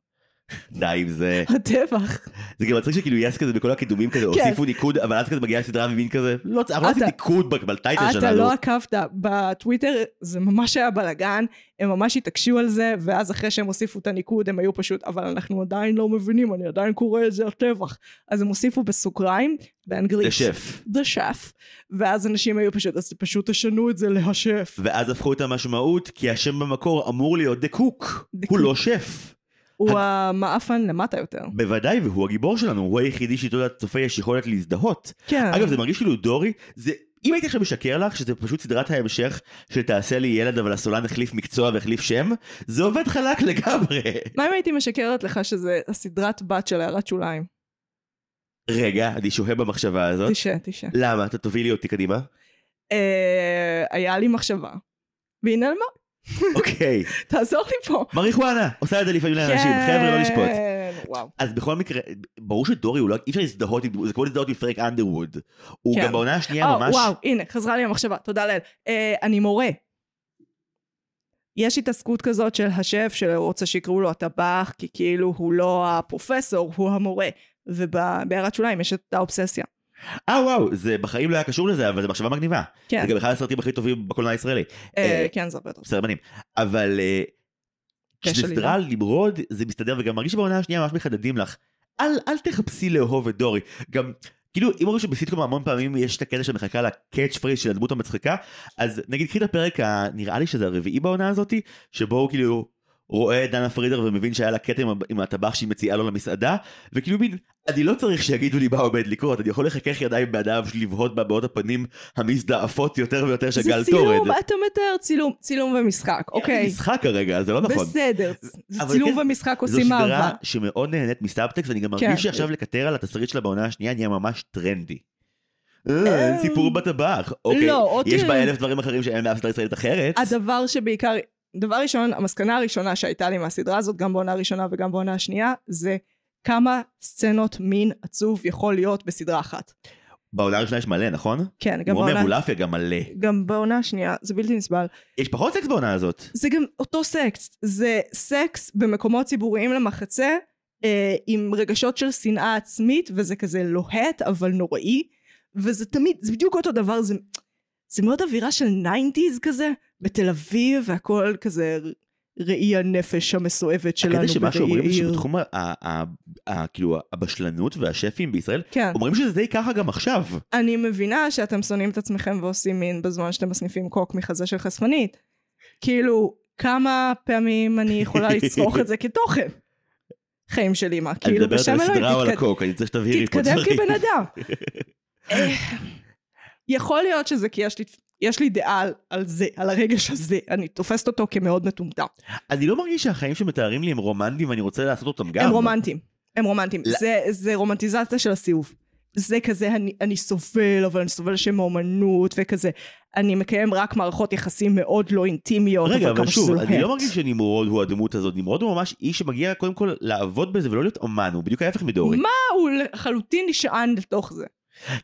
די עם זה. הטבח. זה גם מצחיק שכאילו יש כזה בכל הקידומים כזה, הוסיפו ניקוד, אבל אז כזה מגיעה סדרה ומין כזה, לא, אנחנו כן. לא אתה- עושים ניקוד ב- בטייטל אתה שלנו. לא עקבת, בטוויטר זה ממש היה בלאגן, הם ממש התעקשו על זה, ואז אחרי שהם הוסיפו את הניקוד הם היו פשוט, אבל אנחנו עדיין לא מבינים, אני עדיין קורא את זה הטבח. אז הם הוסיפו בסוגריים, באנגלית. זה שף. The chef. ואז אנשים היו פשוט, אז פשוט תשנו את זה להשף. ואז הפכו את המשמעות, כי השם במקור אמור להיות דה קוק. The הוא cook. לא שף. הוא המאפן למטה יותר. בוודאי, והוא הגיבור שלנו, הוא היחידי שאיתו לצופה יש יכולת להזדהות. כן. אגב, זה מרגיש כאילו דורי, זה... אם הייתי עכשיו משקר לך שזה פשוט סדרת ההמשך של תעשה לי ילד אבל הסולן החליף מקצוע והחליף שם, זה עובד חלק לגמרי. מה אם הייתי משקרת לך שזה הסדרת בת של הערת שוליים? רגע, אני שוהה במחשבה הזאת. תשעה, תשעה. למה? אתה תובילי אותי קדימה. אה, היה לי מחשבה. והיא נעלמה, אוקיי. תעזור לי פה. מריחואנה, עושה את זה לפעמים לאנשים, חבר'ה לא לשפוט. כן, וואו. אז בכל מקרה, ברור שדורי הוא לא, אי אפשר להזדהות, עם- זה כמו להזדהות עם פרק אנדרווד. הוא כן. גם בעונה השנייה או, ממש, וואו, הנה, חזרה לי המחשבה, תודה לאל. אה, אני מורה. אה, יש התעסקות כזאת של השף שהוא רוצה שיקראו לו הטבח, כי כאילו הוא לא הפרופסור, הוא המורה. ובהערת שוליים יש את האובססיה. אה וואו, זה בחיים לא היה קשור לזה, אבל זו מחשבה מגניבה. כן, זה גם אחד הסרטים הכי טובים בקולנוע הישראלי. אה, אה, כן, זה הרבה יותר. בסדר בנים. אבל אה, קשר כשזה לידה. סדרה למרוד, זה מסתדר, וגם מרגיש שבעונה השנייה ממש מחדדים לך. אל, אל תחפשי לאהוב את דורי. גם, כאילו, אם אומרים שבסיטקום המון פעמים יש את הקטע שמחכה לקאץ' פריז של הדמות המצחיקה, אז נגיד קחי את הפרק, ה- נראה לי שזה הרביעי בעונה הזאתי, שבו הוא כאילו רואה את דנה פרידר ומבין שהיה לה קטע עם, ה- עם הטבח שהיא מציעה לו למסעדה, וכאילו מין, אני לא צריך שיגידו לי מה עומד לקרות, אני יכול לחכך ידיים בידיו לבהות בהבעות הפנים המזדעפות יותר ויותר של גל זה טורד. צילום, אתה מתאר צילום, צילום ומשחק, אוקיי. משחק כרגע, זה לא נכון. בסדר, זה אבל צילום כן, ומשחק זו עושים סדרה אהבה. שמאוד נהנית מסאבטקסט, ואני גם כן. מרגיש שעכשיו לקטר על התסריט שלה בעונה השנייה נהיה ממש טרנדי. אה, אין סיפור בטבח. אוקיי, לא, עוד יש תראה. בה אלף דברים אחרים שאין באף סדרה ישראלית אחרת. הדבר שבעיקר, דבר ראשון, המסקנה הראשונה שהייתה לי מהסדרה הזאת, גם בעונה הראשונה וגם בעונה השנייה, זה כמה סצנות מין עצוב יכול להיות בסדרה אחת. בעונה הראשונה יש מלא, נכון? כן, גם הוא אומר, בעונה... מולאפיה גם מלא. גם בעונה השנייה, זה בלתי נסבל. יש פחות סקס בעונה הזאת. זה גם אותו סקס, זה סקס במקומות ציבוריים למחצה, אה, עם רגשות של שנאה עצמית, וזה כזה לוהט, אבל נוראי, וזה תמיד, זה בדיוק אותו דבר, זה, זה מאוד אווירה של ניינטיז כזה, בתל אביב, והכל כזה ר- ראי הנפש המסואבת שלנו בראי הקטע העיר. שמה שאומרים זה שבתחום ה- ה- ה- ה- כאילו הבשלנות והשפים בישראל, כן, אומרים שזה די ככה גם עכשיו. אני מבינה שאתם שונאים את עצמכם ועושים מין בזמן שאתם מסניפים קוק מחזה של חשפנית. כאילו, כמה פעמים אני יכולה לצרוך את זה כתוכן? חיים של אימא, אני כאילו, מדברת בשם על הסדרה או על אלוהים, תתקד- הקוק, אני צריך שתבהירי פה תתקדם דברים. כבן אדם. אה, יכול להיות שזה כי יש לי, יש לי דעה על, על זה, על הרגש הזה, אני תופסת אותו כמאוד מטומטם. אני לא מרגיש שהחיים שמתארים לי הם רומנטיים ואני רוצה לעשות אותם גם. הם רומנטיים, הם רומנטיים. לא- זה, זה רומנטיזציה של הסיאוב. זה כזה, אני, אני סובל, אבל אני סובל שם אומנות, וכזה, אני מקיים רק מערכות יחסים מאוד לא אינטימיות, רגע, אבל כמה שזה שוב, אני לוהט. לא מרגיש שנמרוד הוא הדמות הזאת. נמרוד הוא ממש איש שמגיע קודם כל לעבוד בזה ולא להיות אומן, הוא בדיוק ההפך מדורי. מה הוא לחלוטין נשען לתוך זה?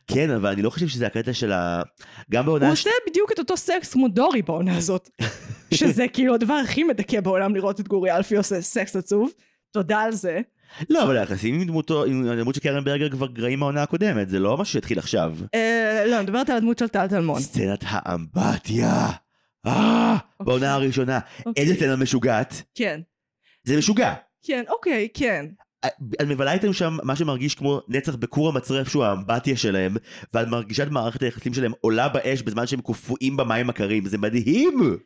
כן, אבל אני לא חושב שזה הקטע של ה... גם הוא בעונה... הש- עושה בדיוק את אותו סקס כמו דורי בעונה הזאת, שזה כאילו הדבר הכי מדכא בעולם לראות את גורי אלפי עושה סקס עצוב. תודה על זה. לא, אבל היחסים עם דמותו, עם הדמות של קרן ברגר כבר גרעים מהעונה הקודמת, זה לא משהו שהתחיל עכשיו. אה, לא, אני מדברת על הדמות של טל טלמון. סצנת האמבטיה! אה, בעונה הראשונה. אוקיי. איזה סצנה משוגעת? כן, זה משוגע. כן, אוקיי, כן. את מבלה איתם שם מה שמרגיש כמו נצח בכור המצרף שהוא האמבטיה שלהם ואת מרגישה את מערכת היחסים שלהם עולה באש בזמן שהם קופואים במים הקרים זה מדהים!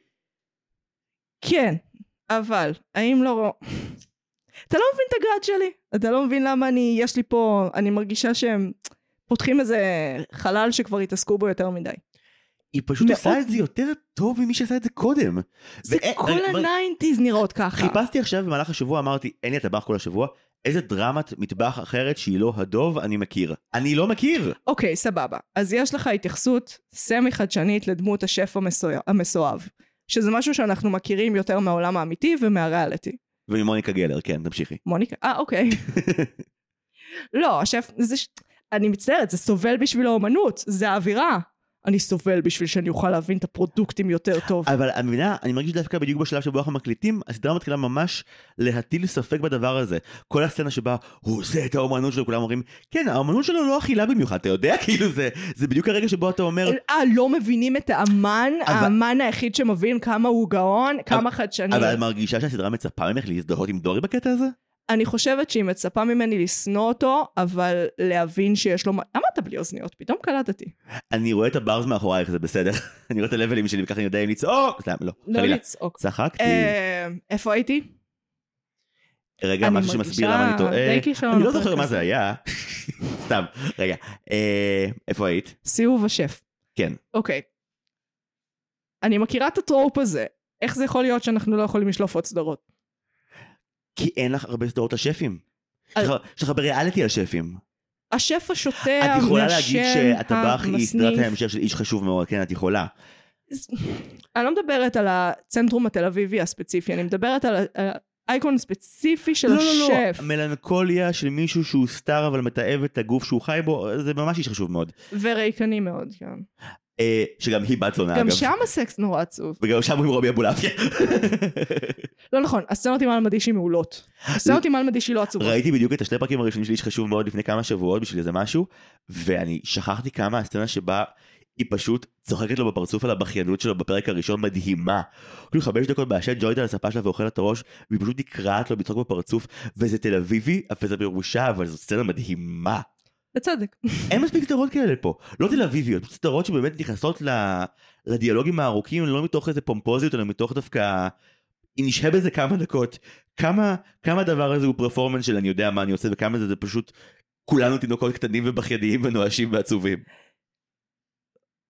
כן, אבל האם לא... אתה לא מבין את הגראד שלי. אתה לא מבין למה אני, יש לי פה, אני מרגישה שהם פותחים איזה חלל שכבר התעסקו בו יותר מדי. היא פשוט מאוד. עושה את זה יותר טוב ממי שעשה את זה קודם. זה ואין- כל רגע, אבל- הניינטיז נראות ככה. חיפשתי עכשיו במהלך השבוע אמרתי אין לי הטבח כל השבוע איזה דרמת מטבח אחרת שהיא לא הדוב אני מכיר. אני לא מכיר! אוקיי, סבבה. אז יש לך התייחסות סמי חדשנית לדמות השף המסוע- המסואב, שזה משהו שאנחנו מכירים יותר מהעולם האמיתי ומהריאליטי. וממוניקה גלר כן תמשיכי. מוניקה, אה אוקיי. לא, השף, זה, ש- אני מצטערת, זה סובל בשביל האומנות, זה האווירה. אני סובל בשביל שאני אוכל להבין את הפרודוקטים יותר טוב. אבל את מבינה, אני מרגיש דווקא בדיוק בשלב שבו אנחנו מקליטים, הסדרה מתחילה ממש להטיל ספק בדבר הזה. כל הסצנה שבה הוא עושה את האומנות שלו, כולם אומרים, כן, האומנות שלו לא אכילה במיוחד, אתה יודע? כאילו זה, זה בדיוק הרגע שבו אתה אומר, אה, לא מבינים את האמן? אבל- האמן היחיד שמבין כמה הוא גאון, כמה חדשני. אבל את מרגישה שהסדרה מצפה ממך להזדהות עם דורי בקטע הזה? אני חושבת שהיא מצפה ממני לשנוא אותו, אבל להבין שיש לו... מ- למה אתה בלי אוזניות? פתאום קלטתי. אני רואה את הברז מאחורייך, זה בסדר. אני רואה את הלבלים שלי, וככה אני יודע אם לצעוק. סתם, לא, לא חלילה. לצעוק. צחקתי. אה, איפה הייתי? רגע, אני משהו שמסביר מרגישה למה די אני טועה. כישלון אני לא בפרק זוכר מה הזה. זה היה. סתם, רגע. אה, איפה היית? סיבוב השף. כן. אוקיי. אני מכירה את הטרופ הזה. איך זה יכול להיות שאנחנו לא יכולים לשלוף עוד סדרות? כי אין לך הרבה סדרות על שפים. על- יש לך- יש לך בריאליטי על שפים. השף השוטה, את יכולה להגיד המעשן, שהטבח היא סדרת אה, המסניף. ההמשך של איש חשוב מאוד, כן, את יכולה. אני לא מדברת על הצנטרום התל אביבי הספציפי, אני מדברת על האייקון הספציפי של לא, לא, לא, השף. מלנכוליה של מישהו שהוא סטאר אבל מתעב את הגוף שהוא חי בו, זה ממש איש חשוב מאוד. וריקני מאוד, כן. אה, שגם היא בת זונה, גם אגב. שם הסקס נורא עצוב. וגם שם אומרים רובי אבולעפיה. לא נכון, הסצנות עם אלמדישי מעולות. אה, הסצנות עם אלמדישי לא עצובות. ראיתי בדיוק את השני פרקים הראשונים של איש חשוב מאוד לפני כמה שבועות בשביל איזה משהו, ואני שכחתי כמה הסצנה שבה היא פשוט צוחקת לו בפרצוף על הבכיינות שלו בפרק הראשון מדהימה. כאילו חמש דקות מעשן ג'וינט על הספה שלה ואוכל לה את הראש, והיא פשוט נקרעת לו לצחוק בפרצוף, וזה תל אביבי, וזה מירושה, אבל זו סצנה מדהימה. בצדק. אין מספיק סדרות כאלה פה, לא תל אביביות, פשוט סדרות שבאמת נכנסות ל... לדיאלוגים הארוכים, לא מתוך איזה פומפוזיות, אלא מתוך דווקא... היא נשהה בזה כמה דקות, כמה, כמה הדבר הזה הוא פרפורמנס של אני יודע מה אני עושה, וכמה זה זה פשוט כולנו תינוקות קטנים ובכיידיים ונואשים ועצובים.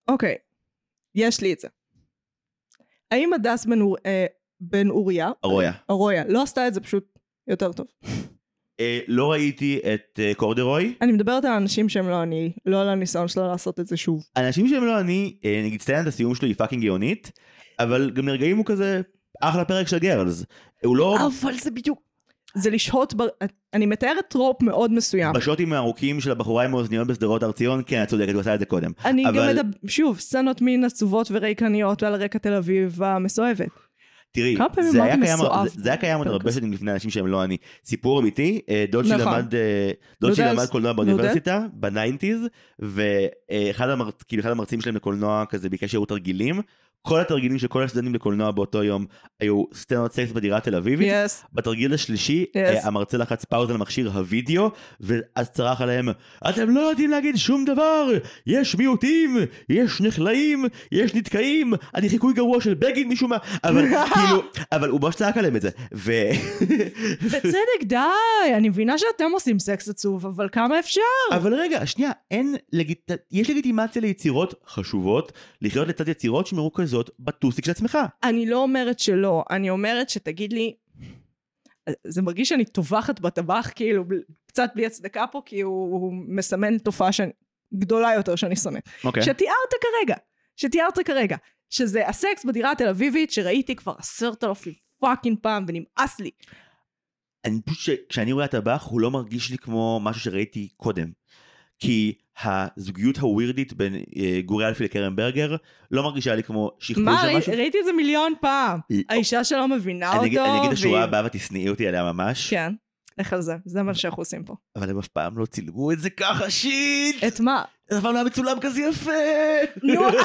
אוקיי, יש לי את זה. האם הדס בן אור- אה, בן אוריה, ארויה, ארויה, לא עשתה את זה פשוט יותר טוב? אה, לא ראיתי את אה, קורדרוי, אני מדברת על אנשים שהם לא אני, לא על הניסיון שלה לעשות את זה שוב. אנשים שהם לא אני, אה, נגיד סצנת הסיום שלו היא פאקינג גאונית, אבל גם לרגעים הוא כזה אחלה פרק של גרלס. הוא לא... אבל זה בדיוק... זה לשהות ב... אני מתארת טרופ מאוד מסוים. בשוטים הארוכים של הבחורה עם האוזניות בשדרות הר ציון, כן, את צודקת, הוא עשה את זה קודם. אני אבל... גם אבל- מדבר... שוב, סצנות מין עצובות וריקניות ועל רקע תל אביב המסואבת. תראי, כמה פעמים זה אמרתי היה קיים- מסואב זה- זה היה קיים עוד בפרק הרבה הזה? שנים לפני אנשים שהם לא אני. סיפור אמיתי, אה, דוד שלי נכון. למד, אה, דוד שלי נודלס, למד קולנוע באוניברסיטה, בניינטיז, ואחד המרצ- כאילו, אחד המרצים שלהם לקולנוע כזה ביקש שיראו תרגילים. כל התרגילים של כל הסטודנטים לקולנוע באותו יום היו סצנות סקס בדירה התל אביבית. יס. בתרגיל השלישי Yes. yes. המרצה לחץ פאוז על מכשיר הוידאו ואז צרח עליהם אתם לא יודעים להגיד שום דבר יש מיעוטים יש נחלאים יש נתקעים אני חיקוי גרוע של בגין משום מה אבל כאילו אבל הוא ממש צעק עליהם את זה ו... בצדק, די, אני מבינה שאתם עושים סקס עצוב, אבל כמה אפשר? אבל רגע שנייה אין לגיט... יש לגיטימציה ליצירות חשובות לחיות לצד יצירות שמרוכזות בטוסיק של עצמך אני לא אומרת שלא, אני אומרת שתגיד לי... זה מרגיש שאני טובחת בטבח, כאילו, בל- קצת בלי הצדקה פה, כי הוא, הוא מסמן תופעה שאני, גדולה יותר שאני שונאת. אוקיי שתיארת כרגע, שתיארת כרגע, שזה הסקס בדירה התל אביבית שראיתי כבר עשרת אלפים פאקינג פעם ונמאס לי. אני פשוט, ש- כשאני רואה הטבח הוא לא מרגיש לי כמו משהו שראיתי קודם. כי הזוגיות הווירדית בין אה, גורי אלפי לקרן ברגר לא מרגישה לי כמו שכפול מה, של ראי, משהו. ראיתי את זה מיליון פעם. היא- האישה שלא מבינה אותו. אני אגיד- אני אגיד את השורה והיא- הבאה ואת תשנאי אותי עליה ממש, כן, לך על זה, זה מה שאנחנו עושים פה. אבל הם אף פעם לא צילמו את זה ככה שיט! את מה? זה אף פעם לא היה מצולם כזה יפה! נו, אמרתי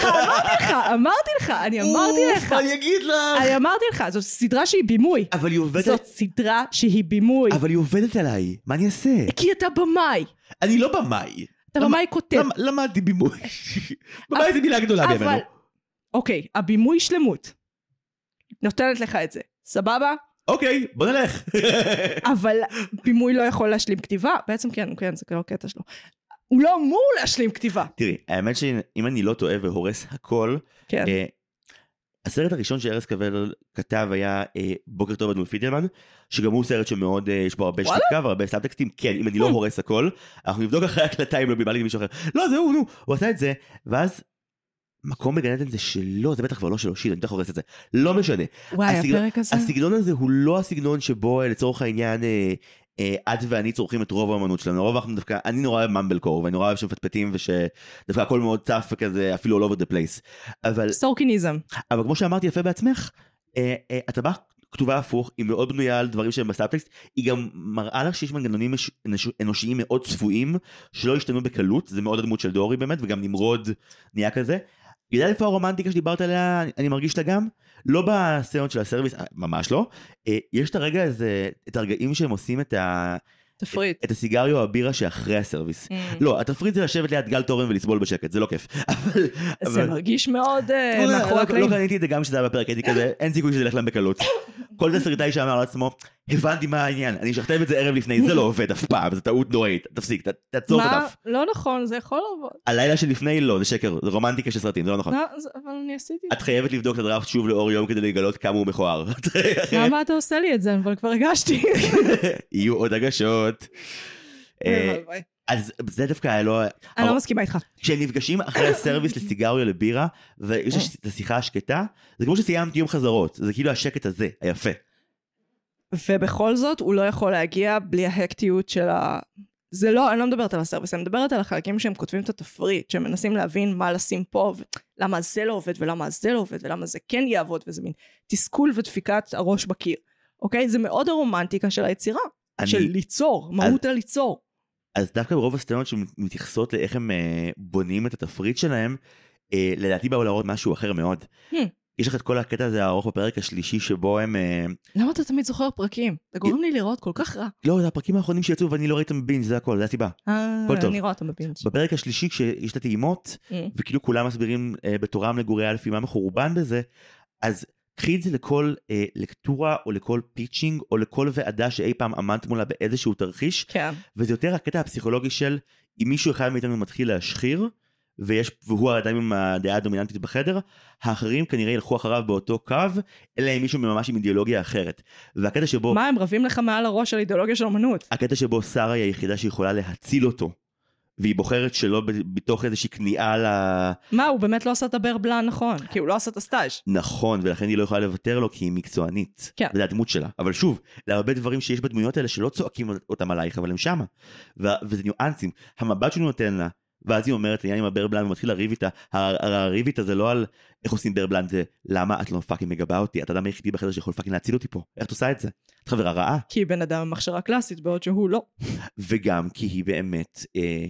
לך, אמרתי לך, אני אמרתי אוף, לך. מה אני אגיד לך? אני אמרתי לך, זו סדרה שהיא בימוי. אבל היא עובדת... זאת סדרה שהיא בימוי. אבל היא עובדת עליי, מה אני אעשה? כי אתה במאי. אני לא במאי. אתה למה- במאי כותב. למ- למדתי בימוי. במאי זו מילה גדולה כן. אבל- בימינו. אוקיי, הבימוי שלמות. נותנת לך את זה. סבבה? אוקיי, בוא נלך. אבל בימוי לא יכול להשלים כתיבה. בעצם כן, כן, זה לא הקטע שלו. הוא לא אמור להשלים כתיבה. תראי, האמת שאם אני לא טועה והורס הכל, כן. אה, הסרט הראשון שארז קבל כתב היה אה, בוקר טוב אדמון פידלמן, שגם הוא סרט שמאוד, אה, יש בו הרבה וואלה? Hmm. שתיקה והרבה סאבטקסטים, כן, אם אני לא הורס הכל, אנחנו נבדוק אחרי הקלטה אם לא בימה לי מישהו אחר. לא, זה הוא, נו, הוא עשה את זה, ואז... מקום בגן עדן זה שלו, זה בטח כבר לא שלו, שיט, אני בטח הורס את זה. לא משנה. וואי, הסגנון- הפרק הזה. הסגנון הזה הוא לא הסגנון שבו אה, לצורך העניין אה, אה, את ואני צורכים את רוב האמנות שלנו. לרוב אנחנו דווקא, אני נורא אוהב ממבלקור, ואני נורא אוהב שמפטפטים ושדווקא הכל מאוד צף וכזה אפילו all over the place. אבל, סורקיניזם. אבל כמו שאמרת יפה בעצמך, אה, אה, הטבח כתובה הפוך, היא מאוד בנויה על דברים שהם בסאבטקסט, היא גם מראה לך שיש מנגנונים אש- אנוש- אנושיים מאוד צפויים, שלא השתנו בקלות, זה מאוד הדמות של דורי באמת, וגם נמרוד נהיה כזה. את יודעת איפה הרומנטיקה שדיברת עליה, אני- אני מרגיש לה גם? לא בסצנות של הסרוויס, אה, ממש לא. אה, יש את הרגע הזה, את הרגעים שהם עושים את, ה, תפריט. את הסיגריו או הבירה שאחרי הסרוויס. לא, התפריט זה לשבת ליד גל תורן ולסבול בשקט, זה לא כיף. אבל... זה אבל- מרגיש מאוד אה, לא, לא, מאחורי לא- הקלעים. לא קניתי את זה גם כשזה היה בפרק, הייתי כזה, אין סיכוי שזה ילך להם בקלות. כל תסריטאי שאמר לעצמו, הבנתי מה העניין, אני אשכתב את זה ערב לפני, זה לא עובד אף פעם, זו טעות נוראית, תפסיק, ת- תעצור את מה? הדף. לא נכון, זה יכול לעבוד. הלילה שלפני לא, זה שקר, זה רומנטיקה של סרטים, זה לא נכון. לא, זה- אבל אני עשיתי את את חייבת לבדוק את הדראפט שוב לאור יום כדי לגלות כמה הוא מכוער. זה. למה אתה עושה לי את זה? אבל כבר הגשתי. יהיו עוד הגשות. אה, אוי, אוי. אז זה דווקא היה לא... אני הרוב- לא מסכימה איתך. כשהם נפגשים אחרי הסרוויס לסיגריה לבירה, כן. ויש הש- את השיחה השקטה, זה כמו שסיימתי יום חזרות, זה כאילו השקט הזה, היפה. ובכל זאת, הוא לא יכול להגיע בלי ההקטיות של ה... זה לא, אני לא מדברת על הסרוויס, אני מדברת על החלקים שהם כותבים את התפריט, שהם מנסים להבין מה לשים פה, ו- למה זה לא עובד ולמה זה לא עובד ולמה זה כן יעבוד וזה מין תסכול ודפיקת הראש בקיר, אוקיי? זה מאוד הרומנטיקה של היצירה, אני- של ליצור, מהות הליצור. אז דווקא ברוב הסצנות שמתייחסות לאיך הם אה, בונים את התפריט שלהם, אה, לדעתי באו להראות משהו אחר מאוד. Hmm. יש לך את כל הקטע הזה הארוך בפרק השלישי שבו הם... אה, למה אתה תמיד זוכר פרקים? אתה גורם לי לראות כל כך רע. לא, זה הפרקים האחרונים שיצאו ואני לא ראיתם בינג', זה הכל, זה הסיבה. אה, הכל טוב. אני רואה אותם בפינץ'. בפרק השלישי כשיש את הטעימות, Mm. וכאילו כולם מסבירים אה, בתורם לגורי אלפי מה מחורבן בזה, אז קחי את זה לכל אה, לקטורה או לכל פיצ'ינג או לכל ועדה שאי פעם עמדת מולה באיזשהו תרחיש, כן. וזה יותר הקטע הפסיכולוגי של אם מישהו אחד מאיתנו מתחיל להשחיר, ויש, והוא האדם עם הדעה הדומיננטית בחדר, האחרים כנראה ילכו אחריו באותו קו, אלא אם מישהו ממש עם אידיאולוגיה אחרת. והקטע שבו, מה, הם רבים לך מעל הראש על אידיאולוגיה של אמנות? הקטע שבו שרה היא היחידה שיכולה להציל אותו, והיא בוחרת שלא ב- בתוך איזושהי כניעה ל... מה, הוא באמת לא עשה את הבר בלאן נכון, כי הוא לא עשה את הסטאז'. נכון, ולכן היא לא יכולה לוותר לו כי היא מקצוענית. כן. וזה הדמות שלה. אבל שוב, להרבה דברים שיש בדמויות האלה שלא צועקים אותם עלייך, אבל הם שמה. ו- וזה ניואנסים. המבט שהוא נותן לה, ואז היא אומרת לעניין עם הברבלן ומתחיל לריב איתה. הר- הר- הריב איתה זה לא על איך עושים ברבלן, זה למה את לא פאקינג מגבה אותי, את האדם היחידי בחדר שיכול פאקינג להציל אותי פה. איך את עושה את זה? את חברה רעה. כי היא בן אדם עם הכשרה קלאסית, בעוד שהוא לא. וגם כי היא באמת, אה,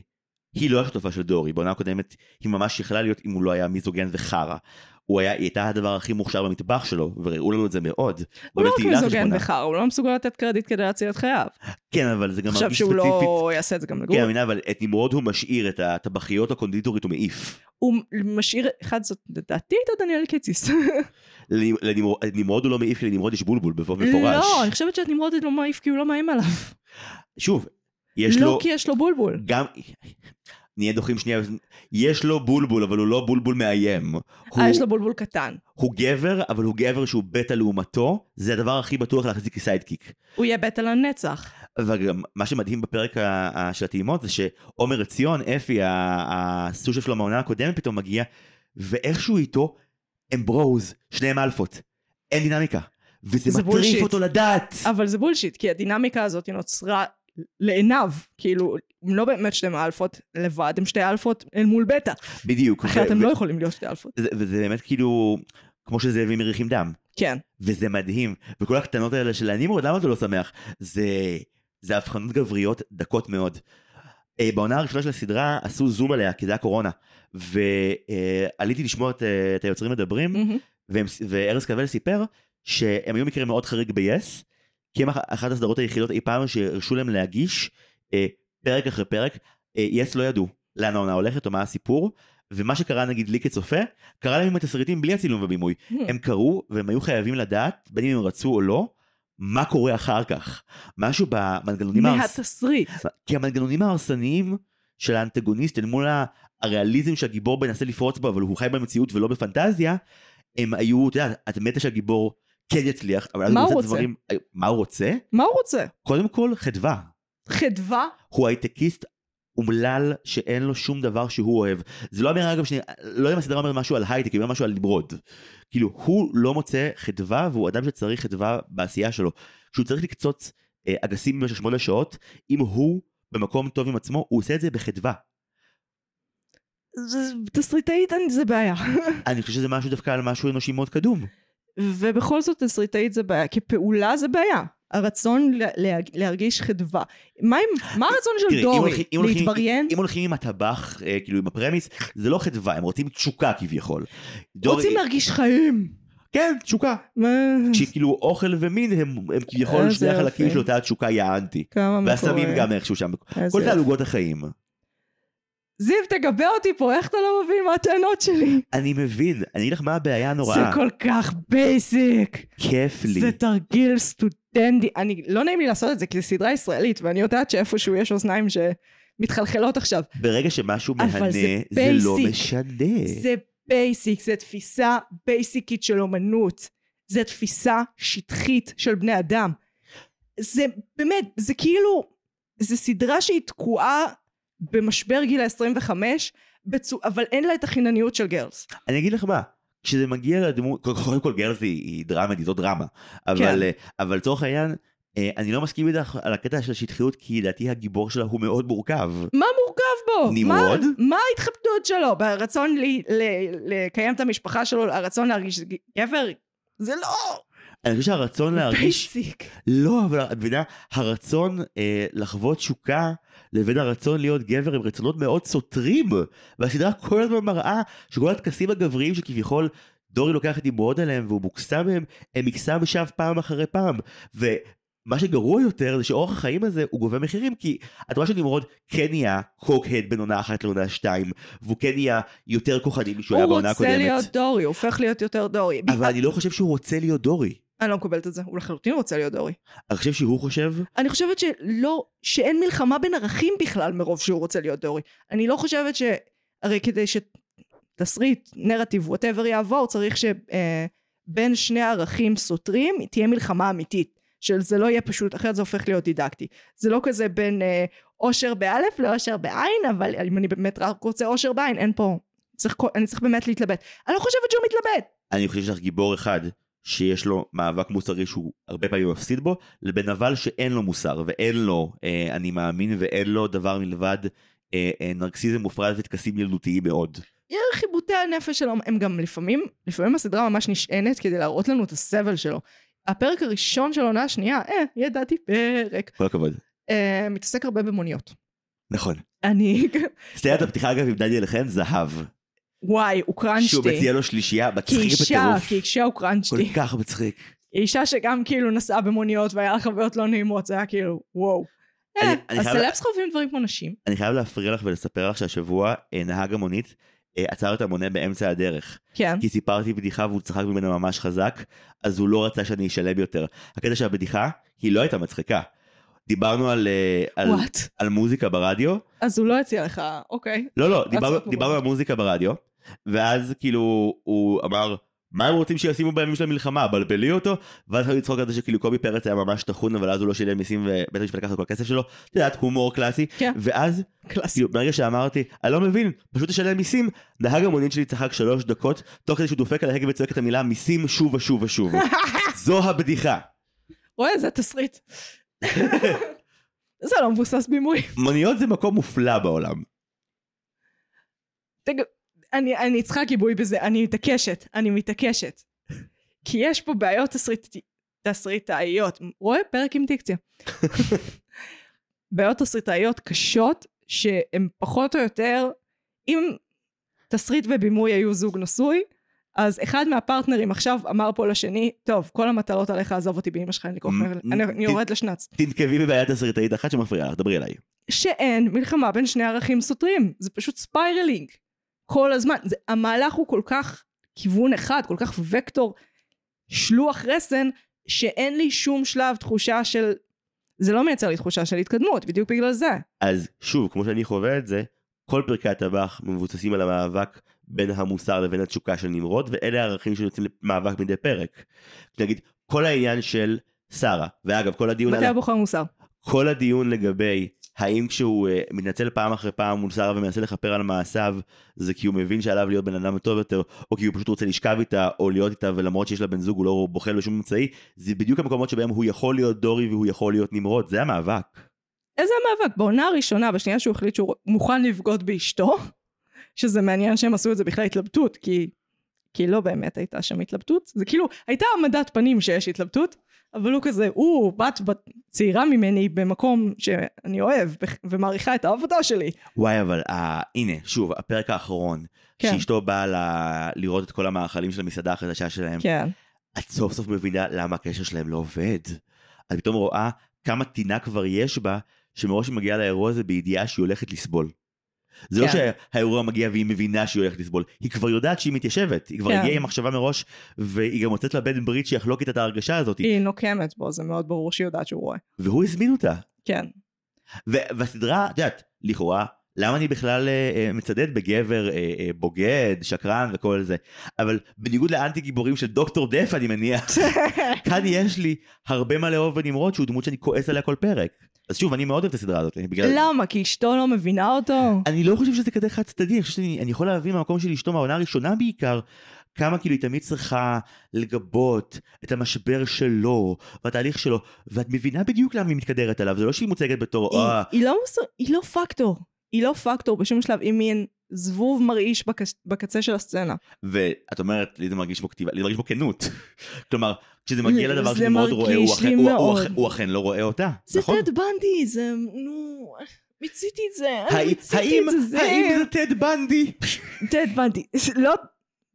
היא לא השותפה של דורי, בעונה הקודמת היא ממש יכלה להיות אם הוא לא היה מיזוגן וחרא. הוא היה, היא הייתה הדבר הכי מוכשר במטבח שלו, וראו לנו את זה מאוד. הוא לא באמת רק תהילה של מזוגן שמונה. וחר, הוא לא מסוגל לתת קרדיט כדי להציל את חייו. כן, אבל זה גם עכשיו מרגיש שהוא ספציפית. לא יעשה את זה גם לגור. כן, אני מבינה, אבל את נמרוד הוא משאיר, את הטבחיות הקונדיטורית הוא מעיף. הוא משאיר, אחד זאת לדעתי הייתה דניאל קיציס. לנמרוד- לנמרוד הוא לא מעיף, כי לנמרוד יש בולבול בפ- במפורש. לא, אני חושבת שאת נמרודת לא מעיף כי הוא לא מאיים עליו. שוב, יש לא לו... כי יש לו בולבול. גם... נהיה דוחים שנייה, יש לו בולבול, אבל הוא לא בולבול מאיים. הוא- אה, יש לו בולבול קטן. הוא גבר, אבל הוא גבר שהוא בטא לעומתו, זה הדבר הכי בטוח להחזיק כסיידקיק. הוא יהיה בטא לנצח. וגם מה שמדהים בפרק ה- ה- של הטעימות זה שעומר עציון, אפי, ה- הסושה שלו מהעונה הקודמת פתאום מגיע, ואיכשהו איתו הם ברוז, שניהם אלפות. אין דינמיקה. זה וזה מטריף בולשיט. אותו לדעת. אבל זה בולשיט, כי הדינמיקה הזאת היא נוצרה לעיניו. כאילו, הם לא באמת שתי אלפות לבד, הם שתי אלפות אל מול בטא. בדיוק. אחרת ו- הם ו- לא יכולים להיות שתי אלפות. זה- וזה באמת כאילו, כמו שזאבים מריחים דם. כן. וזה מדהים. וכל הקטנות האלה של הנמרוד, למה אתה לא שמח? זה, זה הבחנות גבריות דקות מאוד. אה, בעונה הראשונה של הסדרה עשו זום עליה, כי זה היה קורונה. ועליתי לשמוע את, אה, את היוצרים מדברים, מהמם. והם, וארז קבל סיפר שהם היו מקרה מאוד חריג ב-yes, כי הם אח- אחת הסדרות היחידות אי פעם שהרשו להם להגיש אה, פרק אחרי פרק, אה, yes לא ידעו לאן העונה הולכת או מה הסיפור, ומה שקרה נגיד לי כצופה, קרה להם עם התסריטים בלי הצילום ובימוי. הם קראו והם היו חייבים לדעת, בין אם הם רצו או לא, מה קורה אחר כך. משהו במנגנונים ההרס... מהתסריט. כי המנגנונים ההרסניים של האנטגוניסט אל מול ה- הריאליזם שהגיבור מנסה לפרוץ בו, אבל הוא חי במציאות ולא בפנטזיה, הם היו, אתה יודע, את מתה שהגיבור כן יצליח, אבל אז מה הוא עושה רוצה? דברים... מה הוא רוצה? מה הוא רוצה? קודם כל, חדווה. חדווה? הוא הייטקיסט אומלל שאין לו שום דבר שהוא אוהב. זה לא אמירה אגב שאני לא יודע אם הסדרה אומרת משהו על הייטק, היא אומרת משהו על למרוד. כאילו הוא לא מוצא חדווה והוא אדם שצריך חדווה בעשייה שלו. שהוא צריך לקצוץ אה, אגסים במשך שמונה שעות, אם הוא במקום טוב עם עצמו, הוא עושה את זה בחדווה. זה- תסריטאית אני- זה בעיה. אני חושב שזה משהו דווקא על משהו אנושי מאוד קדום. ובכל זאת תסריטאית זה בעיה, כי פעולה זה בעיה. הרצון לה, לה, להרגיש חדווה. מה, עם, מה הרצון של תראי, אם דורי? הולכים- אם הולכים- להתבריין? אם הולכים עם הטבח, אה, כאילו עם הפרמיס, זה לא חדווה, הם רוצים תשוקה כביכול. דורי- רוצים להרגיש חיים. כן, תשוקה. מה- שכאילו אוכל ומין הם, הם כביכול איזה שני החלקים יופי. של אותה התשוקה יענתי. כמה מקורי. והסמים גם איכשהו שם. איזה כל יופי. תעלוגות החיים. זיו, תגבה אותי פה, איך אתה לא מבין מה הטענות שלי? אני מבין, אני אגיד לך מה הבעיה זה הנוראה. כל כך בייסיק. כיף לי. זה תרגיל סטודנטי. אני, לא נעים לי לעשות את זה, כי זו סדרה ישראלית, ואני יודעת שאיפשהו יש אוזניים שמתחלחלות עכשיו. ברגע שמשהו אבל זה מהנה, זה לא basic. משנה. זה בייסיק, זה תפיסה בייסיקית של אומנות. זה תפיסה שטחית של בני אדם. זה באמת, זה כאילו, זה סדרה שהיא תקועה במשבר גיל ה-25, בצו... אבל אין לה את החינניות של גרס. אני אגיד לך מה, כשזה מגיע לדמות, קודם כל גרז היא היא דרמה, היא זו דרמה. כן. אבל אה, אבל לצורך העניין, אה, אני לא מסכים איתך על הקטע של השטחיות, כי לדעתי הגיבור שלה הוא מאוד מורכב. מה מורכב בה? בו? נמרוד? מה, מה ההתחבטות שלו? ברצון לי, ל, לקיים את המשפחה שלו, הרצון להרגיש גבר? זה לא אני חושב שהרצון להרגיש בייסיק. לא, אבל את מבינה, הרצון אה, לחוות תשוקה לבין הרצון להיות גבר הם רצונות מאוד סותרים. והסדרה כל הזמן מראה שכל הטקסים הגבריים שכביכול דורי לוקח את נמרוד עליהם והוא מוקסם מהם, הם מקסם שווא פעם אחרי פעם. ומה שגרוע יותר זה שאורח החיים הזה הוא גובה מחירים, כי את רואה שנמרוד כן נהיה קוקהד בין עונה אחת לעונה שתיים, והוא כן נהיה יותר כוחני משהוא היה הוא בעונה הקודמת. רוצה להיות דורי, הוא הופך להיות יותר דורי. אבל אני לא חושב שהוא רוצה להיות דורי. אני לא מקבלת את זה, הוא לחלוטין רוצה להיות דורי. אני חושב שהוא חושב אני חושבת שלא, שאין מלחמה בין ערכים בכלל מרוב שהוא רוצה להיות דורי. אני לא חושבת ש... הרי כדי שתסריט, נרטיב, וואטאבר יעבור, צריך שבין שני ערכים סותרים תהיה מלחמה אמיתית. של זה לא יהיה פשוט, אחרת זה הופך להיות דידקטי. זה לא כזה בין אה, אושר באלף לאושר בעין, אבל אם אני באמת רק רוצה אושר בעין, אין פה... צריך, כל- אני צריך באמת להתלבט. אני לא חושבת שהוא מתלבט! אני חושב שיש לך גיבור אחד שיש לו מאבק מוסרי שהוא הרבה פעמים מפסיד בו, לבין נבל שאין לו מוסר ואין לו אה, אני מאמין ואין לו דבר מלבד אה, אה, נרקסיזם מופרז וטקסים ילדותיים מאוד. חיבוטי הנפש שלו הם גם לפעמים, לפעמים הסדרה ממש נשענת כדי להראות לנו את הסבל שלו. הפרק הראשון של העונה השנייה, אה, ידעתי פרק, כל הכבוד. אה, מתעסק הרבה במוניות. נכון. אני, סטיית הפתיחה אגב עם דניאל חן זהב. וואי, הוא שהוא קראנצ'טי. מציע לו שלישייה כי מצחיק אישה, כי בטירוף. אישה הוא כל קראנצ'טי. כך מצחיק. אישה שגם כאילו נסעה במוניות והיה לה חוויות לא נעימות, זה היה כאילו, וואו. אני- אה, אני חייב- הסלבס חווים דברים כמו נשים. אני חייב להפריע לך ולספר לך שהשבוע אה, נהג המונית אה, עצר את המונה באמצע הדרך. כן. כי סיפרתי בדיחה והוא צחק ממנה ממש חזק, אז הוא לא רצה שאני אשלם יותר. הקטע של הבדיחה, היא לא הייתה מצחיקה. דיברנו על, אה, על, וואט. על מוזיקה ברדיו, אז הוא לא הציע לך, אוקיי. לא לא, דיברנו, עצוב. דיברנו על מוזיקה ברדיו, ואז כאילו הוא אמר, מה הם רוצים שישימו בימים של המלחמה, בלבלי אותו, ואז התחלנו לצחוק על זה שכאילו קובי פרץ היה ממש טחון, אבל אז הוא לא שילם מיסים ובית המשפט לקח לו כל הכסף שלו, את יודעת, הומור קלאסי, כן. ואז קלאסי. כאילו, ברגע שאמרתי, אני לא מבין, פשוט תשלם מיסים, נהג המונית שלי צחק שלוש דקות, תוך כדי שהוא דופק על ההגה וצועק את המילה מיסים שוב ושוב ושוב. זו הבדיחה. רואה, זה תסריט. זה לא מבוסס בימוי. מוניות זה מקום מופלא בעולם. תג... אני, אני צריכה גיבוי בזה, אני מתעקשת, אני מתעקשת. כי יש פה בעיות תסריט... תסריטאיות. רואה? פרק עם דיקציה. בעיות תסריטאיות קשות, שהן פחות או יותר, אם תסריט ובימוי היו זוג נשוי, אז אחד מהפרטנרים עכשיו אמר פה לשני, טוב, כל המטלות עליך, עזוב אותי באמא שלך, אין לי כוח, מ- אני- אני יורד לשנץ. תנקבי בבעיה תסריטאית אחת שמפריעה לך, דברי אליי. שאין מלחמה בין שני ערכים סותרים. זה פשוט ספיירלינג. כל הזמן. זה, המהלך הוא כל כך כיוון אחד, כל כך וקטור שלוח רסן, שאין לי שום שלב תחושה של... זה לא מייצר לי תחושה של התקדמות, בדיוק בגלל זה. אז שוב, כמו שאני חווה את זה, כל פרקי הטבח מבוססים על המאבק בין המוסר לבין התשוקה של נמרוד, ואלה הערכים שיוצאים למאבק מדי פרק. נגיד, כל העניין של שרה, ואגב, כל הדיון על מתי הבוחר מוסר? כל הדיון לגבי האם כשהוא uh, מתנצל פעם אחרי פעם מול שרה ומנסה לכפר על מעשיו זה כי הוא מבין שעליו להיות בן אדם טוב יותר או כי הוא פשוט רוצה לשכב איתה או להיות איתה ולמרות שיש לה בן זוג הוא לא בוחל בשום אמצעי זה בדיוק המקומות שבהם הוא יכול להיות דורי והוא יכול להיות נמרוד זה המאבק. איזה מאבק? בעונה הראשונה, בשנייה שהוא החליט שהוא מוכן לבגוד באשתו, שזה מעניין שהם עשו את זה בכלל התלבטות, כי, כי לא באמת הייתה שם התלבטות. זה כאילו, הייתה העמדת פנים שיש התלבטות, אבל הוא כזה, הוא בת, בת צעירה ממני במקום שאני אוהב בח- ומעריכה את העבודה שלי. וואי אבל uh, הנה שוב הפרק האחרון כן. כן. שאשתו באה ל... לראות את כל המאכלים של המסעדה החדשה שלהם כן. את סוף סוף מבינה למה הקשר שלהם לא עובד. את פתאום רואה כמה טינה כבר יש בה, שמראש היא מגיעה לאירוע הזה בידיעה שהיא הולכת לסבול. זה לא כן. שהאירוע מגיע והיא מבינה שהיא הולכת לסבול, היא כבר יודעת שהיא מתיישבת, היא כבר כן. הגיעה עם מחשבה מראש, והיא גם מוצאת לה בן ברית שיחלוק איתה את ההרגשה הזאת, היא נוקמת בו, זה מאוד ברור שהיא יודעת שהוא רואה. והוא הזמין אותה. כן. ו- והסדרה, את יודעת, לכאורה, למה אני בכלל אה, אה, מצדד בגבר אה, אה, בוגד, שקרן וכל זה, אבל בניגוד לאנטי גיבורים של דוקטור דף, אני מניח, כאן יש לי הרבה מה לאהוב ונמרוד שהוא דמות שאני כועס עליה כל פרק. אז שוב, אני מאוד אוהב את הסדרה הזאת, אני בגלל... למה? כי אשתו לא מבינה אותו? אני לא חושב שזה כזה חד צדדי, אני חושב שאני אני יכול להבין מהמקום של אשתו מהעונה הראשונה בעיקר, כמה כאילו היא תמיד צריכה לגבות את המשבר שלו והתהליך שלו, ואת מבינה בדיוק למה היא מתקדרת עליו, זה לא שהיא מוצגת בתור, היא- אה, היא לא מוסר- היא לא פקטור. היא לא פקטור בשום שלב, היא מין זבוב מרעיש בקצ- בקצה של הסצנה. ואת אומרת, לי זה מרגיש כמו כתיבה, לי זה מרגיש כמו כנות. כלומר, כשזה מגיע זה לדבר שאני מאוד רואה, הוא מרגיש לי אכן- הוא- הוא מאוד. אכן- הוא אכן לא רואה אותה, זה נכון? טד בנדי, זה, נו, מיציתי את זה, אני האם- מיציתי האם- את זה, זה, האם זה טד בנדי? טד בנדי, לא,